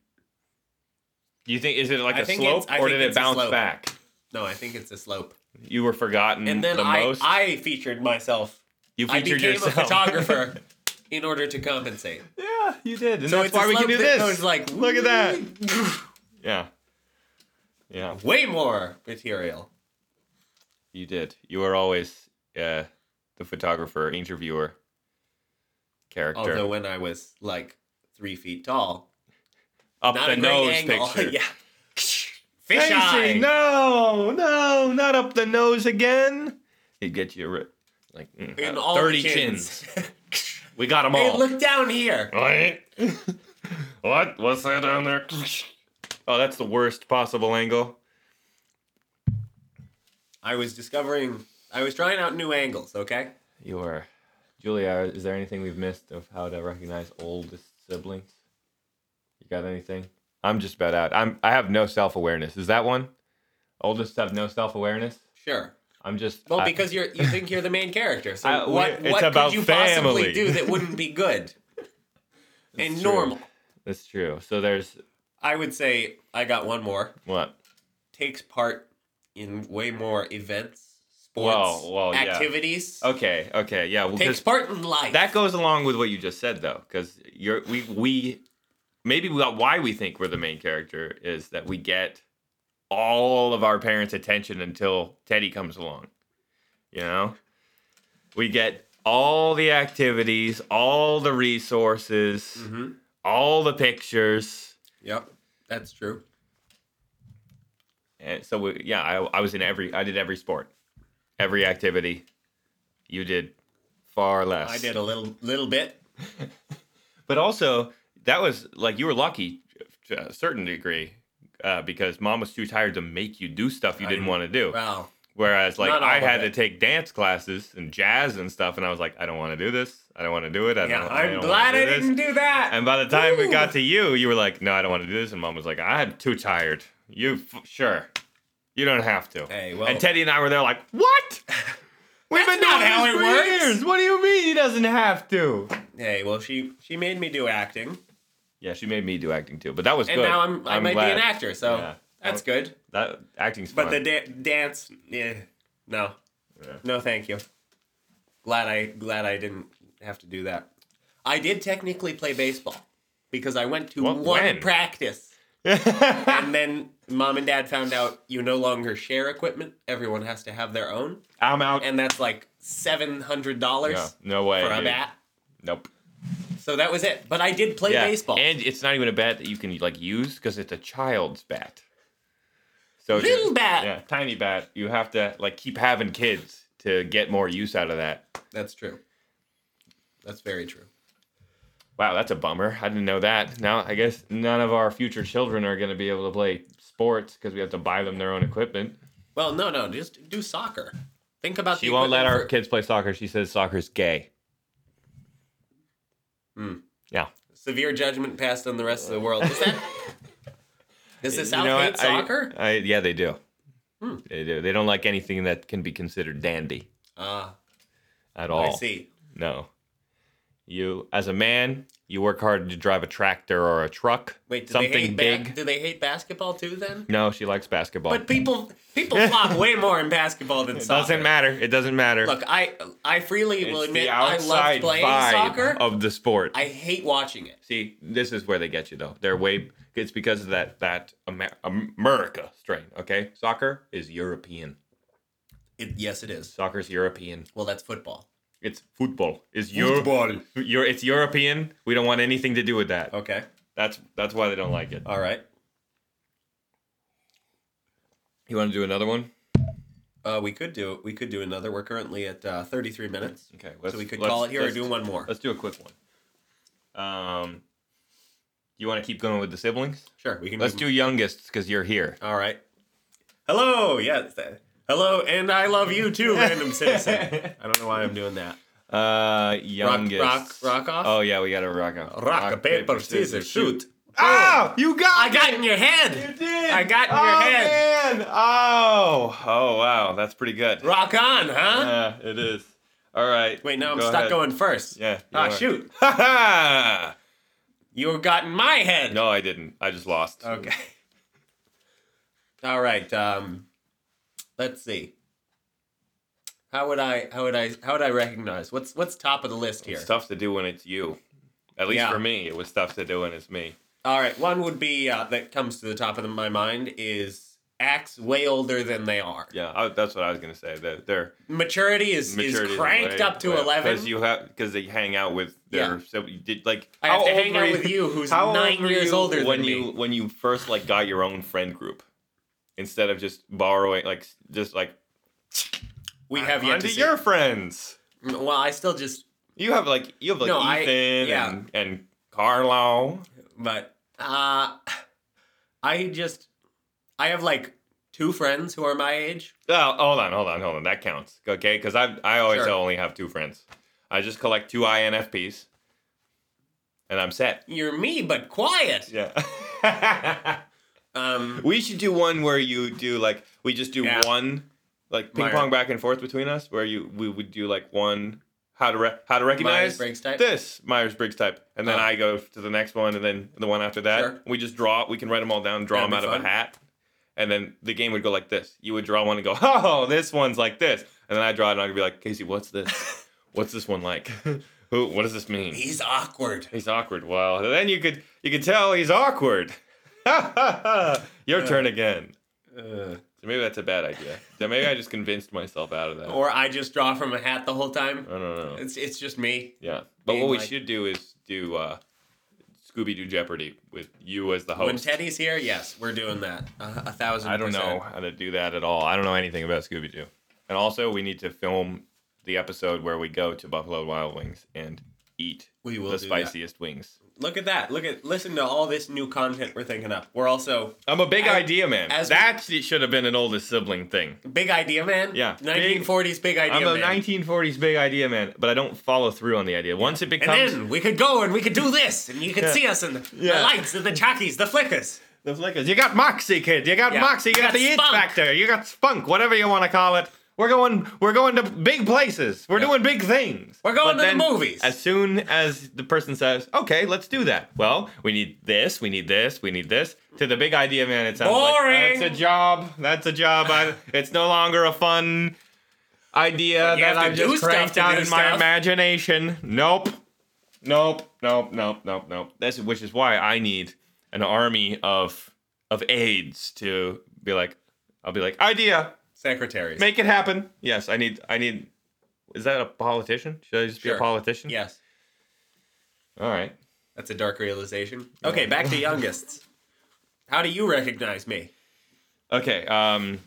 B: do you think is it like
A: I
B: a
A: think
B: slope
A: it's- I
B: or
A: think
B: did it
A: it's a
B: bounce
A: slope.
B: back
A: No, I think it's a slope.
B: you were forgotten
A: And then
B: the
A: I,
B: most
A: I featured myself.
B: you
A: I
B: featured
A: became
B: yourself
A: a photographer in order to compensate.
B: Yeah, you did. And
A: So
B: that's
A: it's a
B: why we can
A: slope
B: do
A: that
B: this.
A: goes like,
B: Look at that. yeah. Yeah,
A: Way more material.
B: you did. You were always uh, the photographer, interviewer, character.
A: Although when I was like three feet tall,
B: Up
A: not
B: the
A: a great
B: nose
A: angle.
B: picture.
A: yeah. Fish
B: Casey,
A: eye.
B: No, no, not up the nose again. He'd get you ri- like mm,
A: In
B: uh,
A: all
B: 30
A: chins.
B: We got them
A: hey,
B: all.
A: look down here.
B: Right? what? What's that down there? oh, that's the worst possible angle.
A: I was discovering. I was trying out new angles. Okay.
B: You are. Julia, is there anything we've missed of how to recognize oldest siblings? You got anything? I'm just about out. I'm I have no self awareness. Is that one? Oldest have no self awareness?
A: Sure.
B: I'm just
A: Well,
B: I-
A: because you're you think you're the main character. So
B: I-
A: what
B: it's
A: what
B: about
A: could you
B: family.
A: possibly do that wouldn't be good and
B: It's true.
A: normal?
B: That's true. So there's
A: I would say I got one more.
B: what?
A: Takes part in way more events, sports,
B: Well, well, yeah.
A: activities.
B: Okay, okay, yeah. Well,
A: Takes
B: 'cause
A: part in life.
B: that goes along with what you just said though, because you're we we maybe we why we think we're the main character is that we get all of our parents' attention until Teddy comes along. You know? We get all the activities, all the resources,
A: Mm-hmm.
B: all the pictures.
A: Yep, that's true.
B: And so we, yeah, I, I was in every I did every sport, every activity. You did far less.
A: I did a little little bit.
B: But also, that was like you were lucky uh, to a certain degree uh, because mom was too tired to make you do stuff you
A: I
B: didn't
A: know.
B: want to do.
A: Wow.
B: Whereas, like,
A: Not all
B: I
A: of
B: had to
A: it.
B: take dance classes and jazz and stuff, and I was like, I don't want to do this. I don't want to do it. I don't,
A: Yeah,
B: I
A: I'm
B: don't
A: glad
B: wanna
A: I
B: do this."
A: didn't do that.
B: And by the time we
A: Woo!
B: got to you, you were like, No, I don't want to do this. And mom was like, I'm too tired. You f- sure? You don't have to.
A: Hey, well-
B: and Teddy and I were there like, What? We've
A: That's
B: been doing
A: not how
B: this
A: it
B: for
A: works.
B: years. What do you mean he doesn't have to?
A: hey, well she she made me do acting,
B: Yeah, she made me do acting too, but that was
A: and
B: good.
A: now I'm I might be
B: glad.
A: an actor, so
B: Yeah.
A: that's good.
B: That acting's fun.
A: But the da- dance, yeah, no,
B: Yeah.
A: no, thank you. Glad I glad I didn't have to do that. I did technically play baseball because I went to
B: What-
A: one
B: when?
A: practice, and then mom and dad found out you no longer share equipment. Everyone has to have their own,
B: I'm out.
A: and that's like seven hundred dollars
B: Yeah, no way.
A: for a
B: dude.
A: bat.
B: Nope.
A: So that was it. But I did play
B: yeah.
A: baseball.
B: And it's not even a bat that you can like use because it's a child's bat. So if
A: Little
B: you're-
A: bat.
B: Yeah, tiny bat. You have to like keep having kids to get more use out of that.
A: That's true. That's very true.
B: Wow, that's a bummer. I didn't know that. Now I guess none of our future children are going to be able to play sports because we have to buy them their own equipment.
A: Well, no, no, just do soccer. Think about
B: She
A: the
B: won't let
A: equipment
B: our
A: for-
B: kids play soccer. She says soccer's gay.
A: Hmm.
B: Yeah.
A: severe judgment passed on the rest of the world. Is that? Does the
B: You
A: South
B: know,
A: hate
B: I-
A: soccer?
B: I, yeah, they do.
A: Hmm.
B: They do. They don't like anything that can be considered dandy
A: Ah,
B: at
A: I
B: all.
A: see.
B: No. You, as a man, you work hard to drive a tractor or a truck.
A: Wait, do
B: something
A: they hate
B: big.
A: Ba- do they hate basketball too? Then,
B: No, she likes basketball.
A: but people people flop way more in basketball than
B: it
A: soccer.
B: doesn't matter. It doesn't matter.
A: Look, I I freely
B: it's
A: will
B: the
A: admit I love
B: outside
A: playing
B: vibe Oh.
A: soccer.
B: of the sport.
A: I hate watching it.
B: See, this is where they get you though. They're way. It's because of that that Amer- America strain. Okay, soccer is European.
A: it. Yes, it is.
B: Soccer's European.
A: Well, that's football.
B: It's football. Is Europe?
A: Football.
B: You're, it's European. We don't want anything to do with that.
A: Okay.
B: That's that's why they don't like it.
A: All right.
B: You want to do another one?
A: Uh, we could do we could do another. We're currently at uh, 33 minutes,
B: Okay.
A: so we could
B: let's-
A: call it here or
B: let's-
A: do one more.
B: Let's do a quick one. Um, you want to keep going with the siblings?
A: Sure, we can.
B: Let's
A: do.
B: do youngest because you're here.
A: All right. Hello. Yes. that- Hello, and I love you too, random citizen. I don't know why I'm doing that.
B: Uh, youngest.
A: rock- rock off?
B: Oh yeah, we got to rock off.
A: Rock, paper, scissors, shoot.
B: Oh, you
A: I
B: got.
A: got in your
B: You
A: head.
B: did.
A: I got in
B: oh,
A: your head.
B: Man. Oh, oh wow, that's pretty good.
A: Rock on, huh?
B: Yeah, it is. All right.
A: Wait, now I'm
B: go
A: stuck
B: ahead.
A: going first.
B: Yeah. you
A: Ah,
B: are.
A: shoot.
B: Ha ha!
A: You got in my head.
B: No, I didn't. I just lost.
A: Okay. All right. Um, let's see. How would I? How would I? How would I recognize? What's What's top of the list here?
B: It's tough to do when it's you. At least
A: Yeah.
B: for me, it was tough to do when it's me.
A: All right, one would be uh, that comes to the top of the- my mind is acts way older than they are.
B: Yeah, I, that's what I was gonna say. That their
A: Maturity is
B: maturity
A: is cranked up to eleven.
B: because you have because they hang out with their
A: Yeah.
B: so you did like
A: I have
B: how
A: to
B: old
A: hang
B: were
A: out with you, who's
B: how old
A: nine
B: were
A: years
B: you
A: older
B: when
A: than
B: you
A: me.
B: when you first like got your own friend group instead of just borrowing like s- just like
A: We have yet to
B: onto
A: see.
B: your friends.
A: Well, I still just,
B: You have like you have like
A: No, I-
B: Ethan
A: yeah.
B: and and Carlo.
A: but uh, I just, I have like two friends who are my age.
B: Oh, hold on, hold on, hold on. That counts, okay? Because I I always
A: Sure.
B: only have two friends. I just collect two INFPs, and I'm set.
A: You're me, but quiet.
B: Yeah.
A: Um,
B: we should do one where you do like we just do
A: Yeah.
B: one like ping
A: Myers.
B: pong back and forth between us, where you we would do like one how to re- how to recognize
A: Myers-Briggs type?
B: this Myers Briggs type, and then
A: Oh.
B: I go to the next one, and then the one after that.
A: Sure.
B: We just draw. We can write them all down, draw
A: That'd
B: them out
A: be
B: of a
A: fun.
B: hat, and then the game would go like this. You would draw one and go, oh, this one's like this, and then I draw it, and I'd be like, Casey, what's this? what's this one like? Who? What does this mean?
A: he's awkward.
B: He's awkward. Well, then you could you could tell he's awkward. Your turn again.
A: Uh,
B: It's Maybe that's a bad idea. Yeah, Maybe I just convinced myself out of that.
A: Or I just draw from a hat the whole time.
B: I don't know.
A: It's it's just me.
B: Yeah. But
A: Being
B: what we
A: like-
B: should do is do uh, Scooby Doo Jeopardy with you as the
A: When
B: host.
A: Teddy's here, yes, we're doing that. A, a thousand.
B: I don't know
A: percent.
B: how to do that at all. I don't know anything about Scooby Doo. And also, we need to film the episode where we go to Buffalo Wild Wings and eat
A: We will
B: the
A: do
B: spiciest wings.
A: That. Look at that. Look at listen to all this new content we're thinking up. We're also
B: I'm a big
A: As-
B: idea man.
A: as-
B: that sh- should have been an oldest sibling thing.
A: big idea man.
B: Yeah. Big-
A: 1940s big idea
B: I'm a
A: man.
B: 1940s big idea man, but I don't follow through on the idea. Once it
A: and
B: becomes
A: then we could go and we could do this, and you could
B: Yeah.
A: see us in the, the
B: Yeah.
A: lights, and the jockeys, the flickers.
B: the flickers, you got Moxie kid, you got
A: Yeah.
B: Moxie, you,
A: You
B: got,
A: got
B: the
A: spunk.
B: it factor, you got spunk, whatever you want to call it. We're going, we're going to big places. We're
A: Yeah.
B: doing big things.
A: We're going
B: But
A: to the
B: then
A: movies.
B: As soon as the person says, "Okay, let's do that," well, we need this, we need this, we need this. To the big idea man, it sounds
A: Boring.
B: like that's a job. That's a job. I, it's no longer a fun idea
A: But you
B: that
A: have to
B: I've
A: do
B: just
A: stuff
B: cranked
A: to
B: out
A: do
B: in my
A: stuff.
B: imagination. Nope, nope, nope, nope, nope, nope. That's which is why I need an army of of aides to be like, I'll be like, idea,
A: Secretaries.
B: make it happen. Yes, I need, I need. Is that a politician? Should I just be
A: Sure.
B: a politician?
A: yes,
B: All right.
A: that's a dark realization. Okay, back to youngest. How do you recognize me?
B: Okay. Um,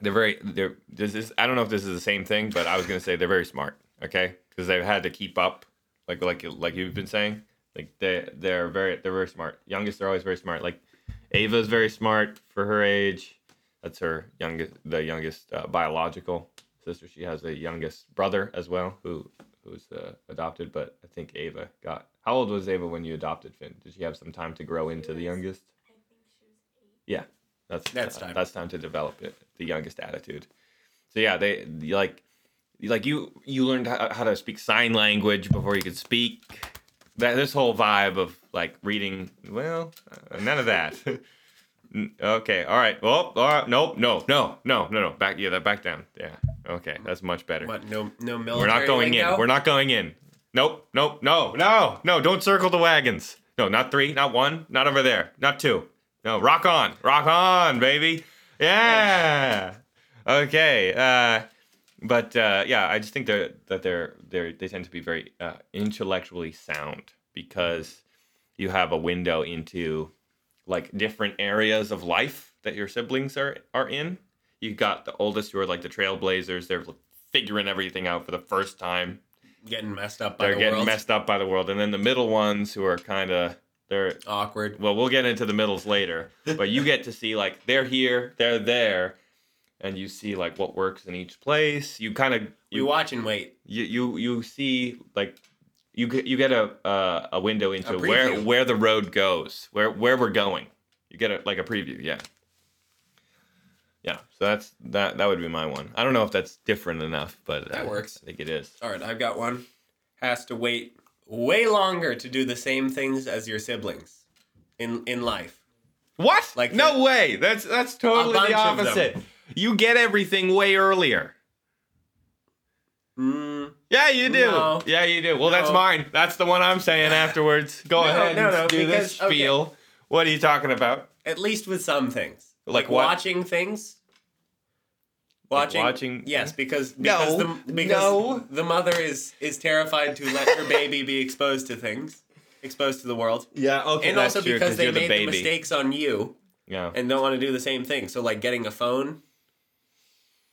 B: they're very. They're. This is. I don't know if this is the same thing, but I was gonna say they're very smart. Okay, because they've had to keep up. Like like you- like you've been saying. Like they they're very they're very smart. Youngest are always very smart. Like Ava's very smart for her age. That's her youngest, the youngest uh, biological sister. She has a youngest brother as well, who who's uh, adopted. But I think Ava got. How old was Ava when you adopted Finn? Did she have some time to grow into the youngest? Yeah, that's
A: That's
B: uh,
A: time.
B: That's time to develop it, the youngest attitude. So yeah, they you like you- like you you learned how, how to speak sign language before you could speak. That this whole vibe of like reading, well, uh, none of that. N- okay, all right. Well, all right. Nope, no, no, no, no, no. Back, yeah, that back down. Yeah. Okay, that's much better.
A: What? No, no military.
B: We're not going in.
A: lingo?
B: We're not going in. Nope, nope, no, no, no. Don't circle the wagons. No, not three, not one, not over there, not two. No, rock on, rock on, baby. Yeah. Okay. Uh, but uh, yeah, I just think they're, that they're, they're they tend to be very uh, intellectually sound because you have a window into like different areas of life that your siblings are are in. You got the oldest who are like the trailblazers. They're figuring everything out for the first time.
A: getting messed up by
B: They're
A: the
B: getting
A: world.
B: messed up by the world, and then the middle ones who are kind of they're
A: Awkward.
B: well, we'll get into the middles later, but you get to see like they're here, they're there, and you see like what works in each place. You kind of
A: We
B: you,
A: watch and wait.
B: you you you see like you get you get a uh, a window into where
A: preview.
B: where the road goes, where where we're going. You get a, like a preview, yeah. Yeah, so that's that. That would be my one. I don't know if that's different enough, but
A: That
B: I-
A: works.
B: I think it is.
A: All right, I've got one. Has to wait way longer to do the same things as your siblings in in life.
B: What?
A: Like
B: Like no way. That's that's totally
A: bunch
B: the
A: of them.
B: opposite. You get everything way earlier.
A: Mm,
B: Yeah, you do.
A: No.
B: Yeah, you do. Well, that's
A: No.
B: mine. That's the one I'm saying afterwards. Go
A: No,
B: ahead
A: no,
B: and
A: no,
B: do
A: because-
B: this
A: okay.
B: spiel. What are you talking about?
A: at least with some things,
B: Like what?
A: watching things.
B: Like
A: Watching,
B: watching-
A: yes, because because
B: No,
A: the because
B: no.
A: the mother is is terrified to let her baby be exposed to things, exposed to the world,
B: Yeah, okay.
A: and also because they made the mistakes on you
B: Yeah.
A: and don't want to do the same thing. So like getting a phone,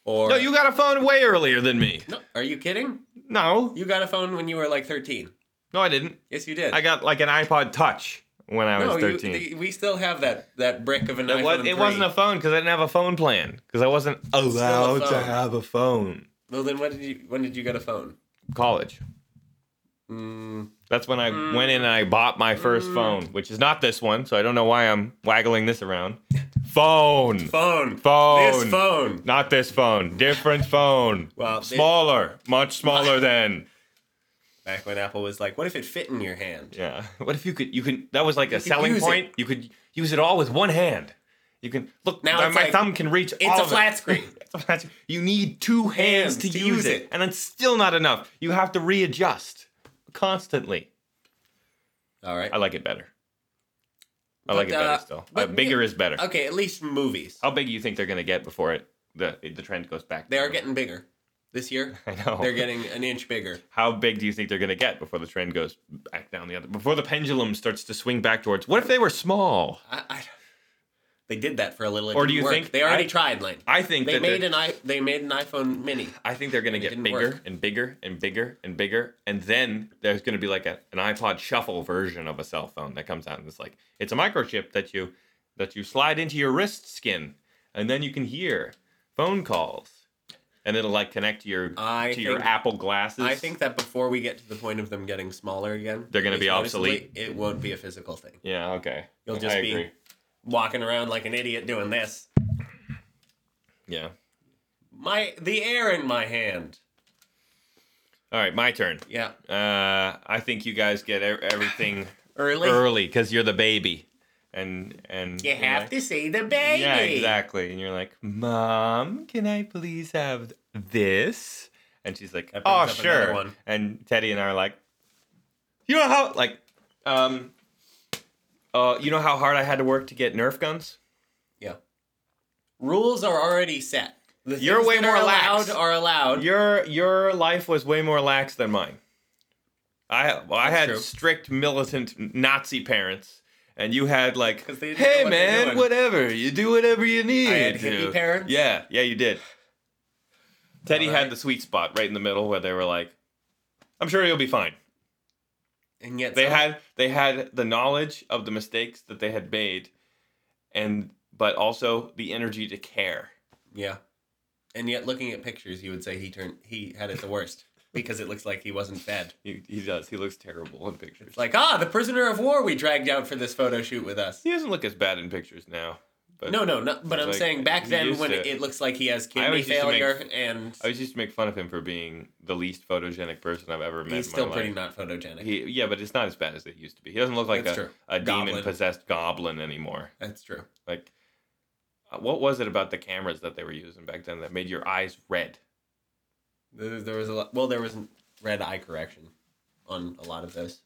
A: or
B: No, you got a phone way earlier than me.
A: No, are you kidding?
B: No.
A: You got a phone when you were like 13.
B: No, I didn't.
A: Yes, you did.
B: I got like an iPod Touch when I was 13.
A: You, the- we still have that that brick of an
B: it,
A: iPhone.
B: was, it wasn't a phone because I didn't have a phone plan because I wasn't allowed to
A: phone.
B: have a phone.
A: Well, then when did you when did you get a phone?
B: College.
A: Mm,
B: That's when I went in and I bought my first phone, which is not this one, so I don't know why I'm waggling this around. Phone.
A: phone.
B: Phone.
A: This phone.
B: Not this phone. Different phone.
A: Well, it-
B: smaller. much smaller than.
A: Back when Apple was like, what if it fit in your hand?
B: Yeah. What if you could? You can. That was like a
A: could
B: selling
A: use
B: point. You could use it all with one hand. You can look.
A: Now
B: my,
A: it's
B: my
A: like-
B: thumb can reach.
A: It's
B: all
A: a
B: of it.
A: flat screen.
B: It's a flat screen. You need two hands, to, use, it, and that's still not enough. You have to readjust constantly.
A: All right.
B: I like it better. I like it
A: But, uh,
B: better still. Uh,
A: but
B: bigger is better.
A: Okay, at least movies.
B: How big do you think they're gonna get before it the the trend goes back?
A: They are
B: down?
A: getting bigger this year.
B: I know.
A: They're getting an inch bigger.
B: How big do you think they're gonna get before the trend goes back down the other? Before the pendulum starts to swing back towards? What if they were small?
A: I, I, they did that for a little. It
B: Or do
A: didn't
B: you
A: work.
B: think-
A: they already
B: I-
A: tried? Lane.
B: I think
A: They
B: that
A: made
B: they're-
A: an i. They made an iPhone Mini.
B: I think they're going
A: and
B: to
A: it
B: get
A: didn't
B: bigger
A: work.
B: and bigger and bigger and bigger, and then there's going to be like a, an iPod Shuffle version of a cell phone that comes out, and it's like it's a microchip that you that you slide into your wrist skin, and then you can hear phone calls, and it'll like connect to your
A: I
B: to your
A: think-
B: Apple glasses.
A: I think that before we get to the point of them getting smaller again,
B: They're gonna be
A: honestly,
B: obsolete.
A: It won't be a physical thing.
B: Yeah. Okay.
A: You'll just
B: I
A: be
B: agree.
A: walking around like an idiot doing this.
B: Yeah.
A: My the air in my hand.
B: All right, my turn.
A: Yeah,
B: Uh, I think you guys get e- everything
A: early.
B: early because you're the baby, and and
A: You
B: you're
A: have
B: like-
A: to see the baby.
B: Yeah, exactly. And you're like, Mom, can I please have this? And she's like,
A: That brings
B: Oh,
A: up another
B: sure.
A: one.
B: And Teddy and I are like, You know how like, um, uh, you know how hard I had to work to get Nerf guns?
A: Yeah. Rules are already set. The
B: You're
A: things
B: way
A: that
B: more
A: are allowed
B: lax.
A: are allowed.
B: Your your life was way more lax than mine. I well, I
A: That's
B: had
A: true.
B: strict militant Nazi parents, and you had like,
A: 'Cause they didn't know
B: hey
A: what they're
B: man,
A: doing."
B: whatever you do, whatever you need.
A: had
B: to."
A: hippie parents.
B: Yeah, yeah, you did. Teddy
A: All right.
B: had the sweet spot right in the middle where they were like, I'm sure you'll be fine.
A: and yet
B: They
A: some-
B: had they had the knowledge of the mistakes that they had made, and but also the energy to care.
A: Yeah. And yet, looking at pictures, you would say he turned he had it the worst because it looks like he wasn't fed.
B: He, he does. He looks terrible in pictures.
A: It's like ah, the prisoner of war we dragged out for this photo shoot with us.
B: He doesn't look as bad in pictures now. But
A: No, no, no. But
B: It's
A: I'm
B: like,
A: saying back
B: he
A: then
B: used
A: when
B: to-
A: it looks like he has
B: I
A: kidney
B: always used to make-
A: failure and
B: I was used to make fun of him for being the least photogenic person I've ever met.
A: he's
B: in my
A: still
B: life.
A: pretty not photogenic.
B: He, yeah, but it's not as bad as it used to be. He doesn't look like
A: That's
B: a,
A: true.
B: a
A: Goblin.
B: demon possessed goblin anymore.
A: That's true.
B: Like, uh, what was it about the cameras that they were using back then that made your eyes red?
A: There, there was a lot. Well, there was red eye correction on a lot of those.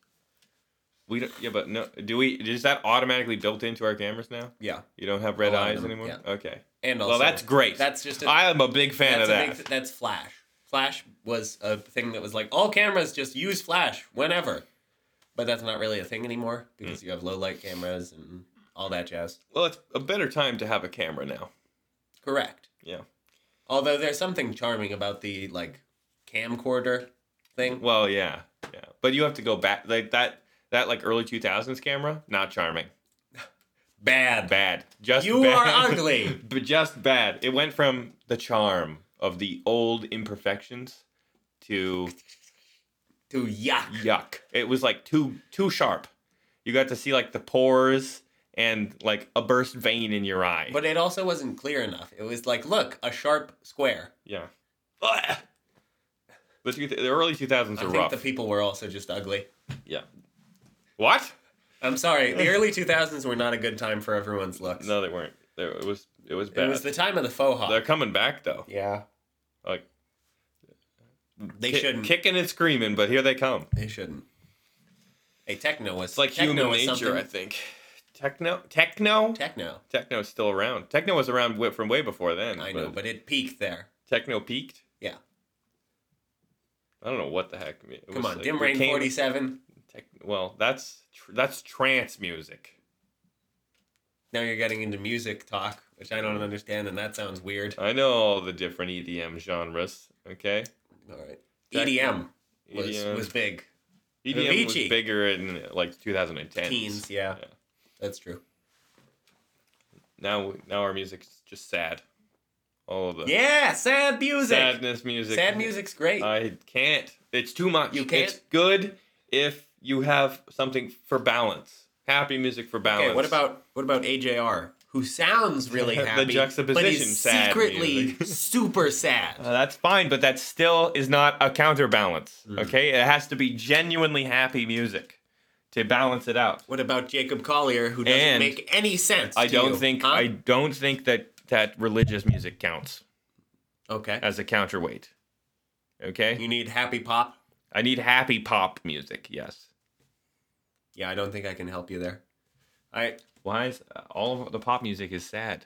B: We don't, yeah, but no, do we? Is that automatically built into our cameras now?
A: Yeah,
B: You don't have red
A: A lot of
B: eyes
A: them,
B: anymore.
A: yeah.
B: Okay.
A: and also
B: well, that's great.
A: that's just a,
B: I am a big fan
A: that's
B: of
A: a
B: that.
A: big th- that's Flash. Flash was a thing that was like all cameras just use Flash whenever, but that's not really a thing anymore
B: Mm.
A: because you have low light cameras and all that jazz.
B: well, it's a better time to have a camera now.
A: Correct.
B: Yeah.
A: Although there's something charming about the like camcorder thing.
B: Well, yeah, yeah, but you have to go back like that. That like early two thousands camera, not charming.
A: Bad.
B: Bad. Just
A: You
B: bad.
A: are ugly.
B: but just bad. It went from the charm of the old imperfections to
A: To yuck.
B: yuck. It was like too too sharp. You got to see like the pores and like a burst vein in your eye.
A: But it also wasn't clear enough. It was like, look, a sharp square.
B: yeah. Ugh. The, two, the early 2000s
A: I
B: are
A: think
B: rough.
A: the people were also just ugly.
B: yeah. What?
A: I'm sorry. The early 2000s were not a good time for everyone's looks.
B: No, they weren't. They- It was it was
A: it
B: bad.
A: was the time of the faux
B: They're
A: hawk.
B: coming back though.
A: Yeah.
B: Like
A: They
B: ki-
A: shouldn't.
B: kicking and screaming, but here they come.
A: They shouldn't. Hey, techno was
B: It's like
A: techno
B: human
A: was
B: nature, I
A: something-
B: think. Techno, techno,
A: Techno,
B: Techno's still around. Techno was around wi- from way before then.
A: I know, but it peaked there.
B: Techno peaked.
A: Yeah.
B: I don't know what the heck. It
A: Come
B: was
A: on,
B: like-
A: Dim
B: it
A: Rain
B: came-
A: Forty Seven.
B: Tech, well, that's tr- that's trance music.
A: Now you're getting into music talk, which I
B: Mm.
A: don't understand, and that sounds weird.
B: I know all the different EDM genres. Okay. E
A: All right,
B: Techno.
A: EDM E was
B: EDM,
A: was big.
B: EDM E was
A: Avicii.
B: bigger in like 2010.
A: Teens, yeah.
B: Yeah.
A: that's true.
B: Now, now our music's just sad. All of the
A: Yeah, sad music.
B: sadness music.
A: Sad music's great.
B: I can't. It's too much.
A: You can't?
B: It's good if you have something for balance. Happy music for balance.
A: okay, what about what about AJR, who sounds really
B: The
A: happy, but
B: juxtaposition,
A: is
B: sad
A: secretly
B: music.
A: super sad.
B: Uh, that's fine, but that still is not a counterbalance. Okay, it has to be genuinely happy music to balance it out.
A: What about Jacob Collier, who doesn't
B: And
A: make any sense?
B: I
A: to
B: don't
A: you,
B: think
A: huh?
B: I don't think that that religious music counts
A: Okay,
B: as a counterweight. Okay,
A: you need happy pop.
B: I need happy pop music. Yes.
A: Yeah, I don't think I can help you there. I
B: Why is uh, all of the pop music is sad?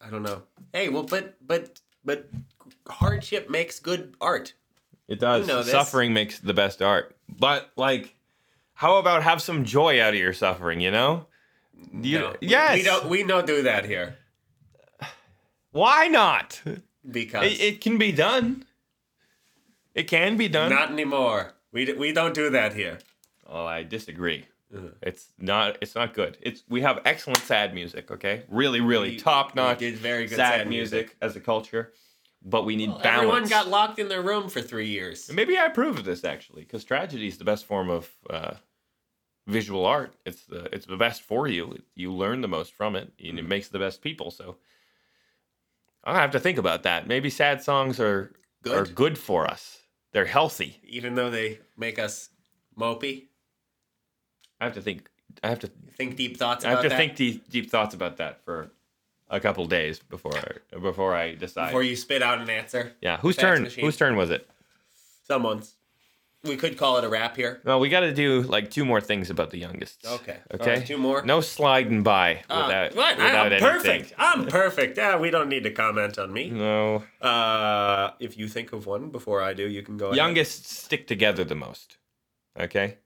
A: I don't know. Hey, well, but but but hardship makes good art.
B: It does.
A: You know this.
B: suffering makes the best art. But like, how about have some joy out of your suffering? You know? You-
A: No, we-
B: yes.
A: we don't we don't do that here
B: Why not? It,
A: because
B: it can be done. It can be done.
A: not anymore. We d- we don't do that here.
B: oh, I disagree.
A: Ugh.
B: It's not. It's not good. It's we have excellent sad music. Okay, really, really
A: We-
B: top notch
A: we did very
B: sad,
A: good sad,
B: music as a culture, but we need
A: Well,
B: balance.
A: Everyone got locked in their room for three years.
B: Maybe I approve of this actually, because tragedy is the best form of uh, visual art. It's the it's the best for you. You learn the most from it, and it
A: Mm-hmm.
B: makes the best people. So I have to think about that. Maybe sad songs are are
A: Good,
B: good for us. They're healthy.
A: even though they make us mopey.
B: I have to think. I have to.
A: Think deep thoughts
B: I
A: about
B: have to
A: that
B: think deep, deep thoughts about that for a couple days before I, before I decide.
A: before you spit out an answer.
B: yeah, whose
A: fax
B: turn?
A: machine.
B: Whose turn was it?
A: Someone's. We could call it a wrap here.
B: Well, we got to do like two more things about the youngest.
A: Okay. All
B: Okay.
A: right, two more.
B: No sliding by
A: Uh,
B: without,
A: what? I-
B: without
A: I'm
B: anything.
A: perfect. I'm perfect. Yeah, we don't need to comment on me.
B: No.
A: Uh, if you think of one before I do, you can go. ahead.
B: Youngest stick together the most. Okay.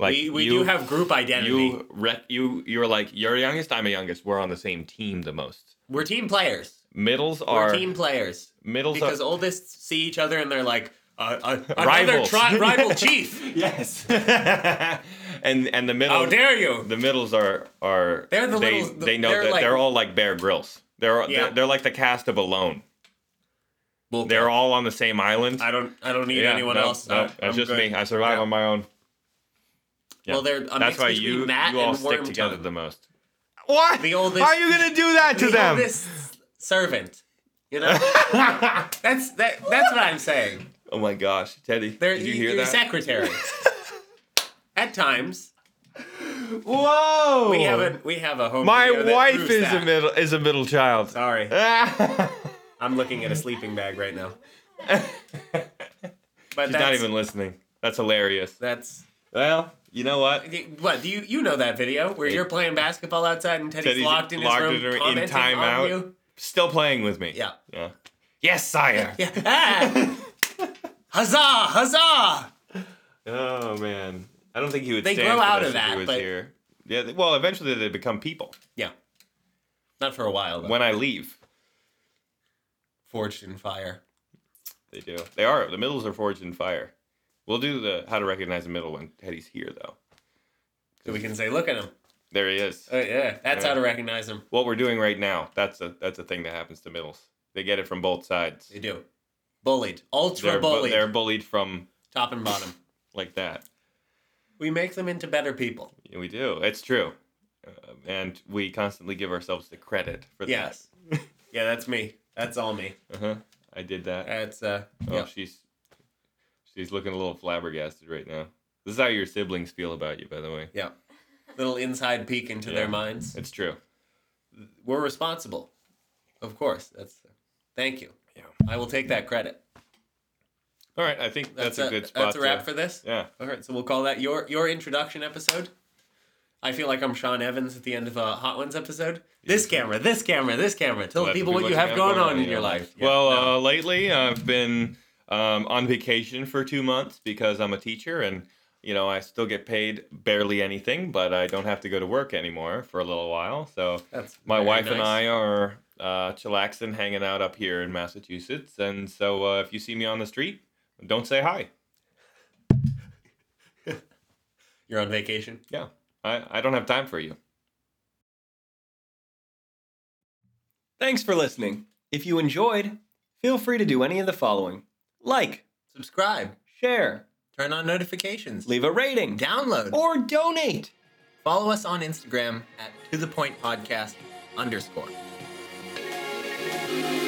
B: Like
A: we we
B: you,
A: do have group identity.
B: you rec- you you're like you're youngest. I'm a youngest. We're on the same team the most.
A: We're team players.
B: Middles
A: We're
B: are
A: team players
B: middles
A: because
B: are
A: oldest see each other and they're like uh, uh, another
B: Rivals.
A: tri- rival chief.
B: yes. and and the middle
A: How dare you?
B: the middles are are
A: They're the
B: they,
A: little-
B: they know
A: they're
B: that
A: like-
B: they're all like Bear Grylls. They're,
A: Yeah.
B: they're they're like the cast of Alone.
A: Well,
B: They're all on the same island.
A: I don't. I don't need anyone
B: no,
A: else.
B: No,
A: I-
B: that's
A: I'm
B: just
A: good.
B: me. I survive
A: Yeah.
B: on my own. Yeah.
A: Well, they're a
B: That's
A: mix
B: why
A: between
B: you
A: that
B: you all
A: and
B: stick
A: worm
B: together
A: tongue.
B: the most. What?
A: The oldest-
B: How are you gonna do that to
A: the
B: them?
A: oldest servant. You know, that's that. That's what I'm saying.
B: Oh my gosh, Teddy!
A: They're
B: did you
A: y-
B: hear
A: your
B: that?
A: secretary. At times,
B: Whoa!
A: we have a we have a home.
B: Oh. my
A: video that
B: wife
A: proves
B: is
A: that.
B: a middle is a middle child.
A: Sorry,
B: Ah.
A: I'm looking at a sleeping bag right now. But that's,
B: She's not even listening. That's hilarious.
A: That's
B: Well, you know what?
A: what do you you know that video where you're playing basketball outside and Teddy's,
B: Teddy's
A: locked in
B: locked
A: his
B: in her-
A: room
B: in
A: commenting
B: timeout.
A: on you?
B: Still playing with me.
A: Yeah.
B: Yeah. Yes, sire.
A: Yeah. Ah! huzzah! Huzzah!
B: Oh man, I don't think he would.
A: They
B: stand
A: grow
B: for
A: out
B: this
A: of
B: if he
A: that,
B: was
A: but-
B: here. Yeah. they- Well, eventually they become people.
A: Yeah. Not for a while. Though.
B: When I leave,
A: Forged in fire.
B: they do. They are. The middles are forged in fire. We'll do the how to recognize a middle when Teddy's here, though.
A: So we can say, look at him.
B: There he is.
A: Oh yeah, that's
B: Yeah.
A: how to recognize him.
B: What we're doing right now. That's a that's a thing that happens to middles. They get it from both sides.
A: They do. Bullied. Ultra
B: They're bu-
A: bullied.
B: they're bullied from
A: Top and bottom.
B: like that.
A: We make them into better people.
B: Yeah, we do. It's true. Uh, and we constantly give ourselves the credit for
A: Yes. yeah, that's me. That's all me.
B: that. Uh-huh. I did that.
A: That's uh
B: Oh,
A: yeah.
B: she's she's looking a little flabbergasted right now. This is how your siblings feel about you, by the way.
A: yeah. Little inside peek into
B: Yeah.
A: their minds.
B: It's true.
A: We're responsible. Of course. That's thank you.
B: Yeah.
A: I will take that credit.
B: All right, I think that's, a good spot.
A: That's a wrap
B: to-
A: for this.
B: yeah.
A: All right, so we'll call that your your introduction episode. I feel like I'm Sean Evans at the end of a Hot Ones episode. This camera, this camera, this camera. Tell
B: Let the
A: people what you
B: know
A: have going on in your life. Yeah,
B: well,
A: no.
B: uh, lately I've been um, on vacation for two months because I'm a teacher and you know I still get paid barely anything, but I don't have to go to work anymore for a little while. So
A: that's
B: my
A: very
B: wife and
A: nice.
B: I are uh, chillaxing, hanging out up here in Massachusetts, and so uh, if you see me on the street, don't say hi.
A: You're on vacation.
B: Yeah. I, I don't have time for you.
C: Thanks for listening. If you enjoyed, feel free to do any of the following like,
A: Subscribe.
C: share,
A: Turn on notifications.
C: leave a rating,
A: Download.
C: or donate.
A: Follow us on Instagram at To The Point Podcast underscore.
D: Thank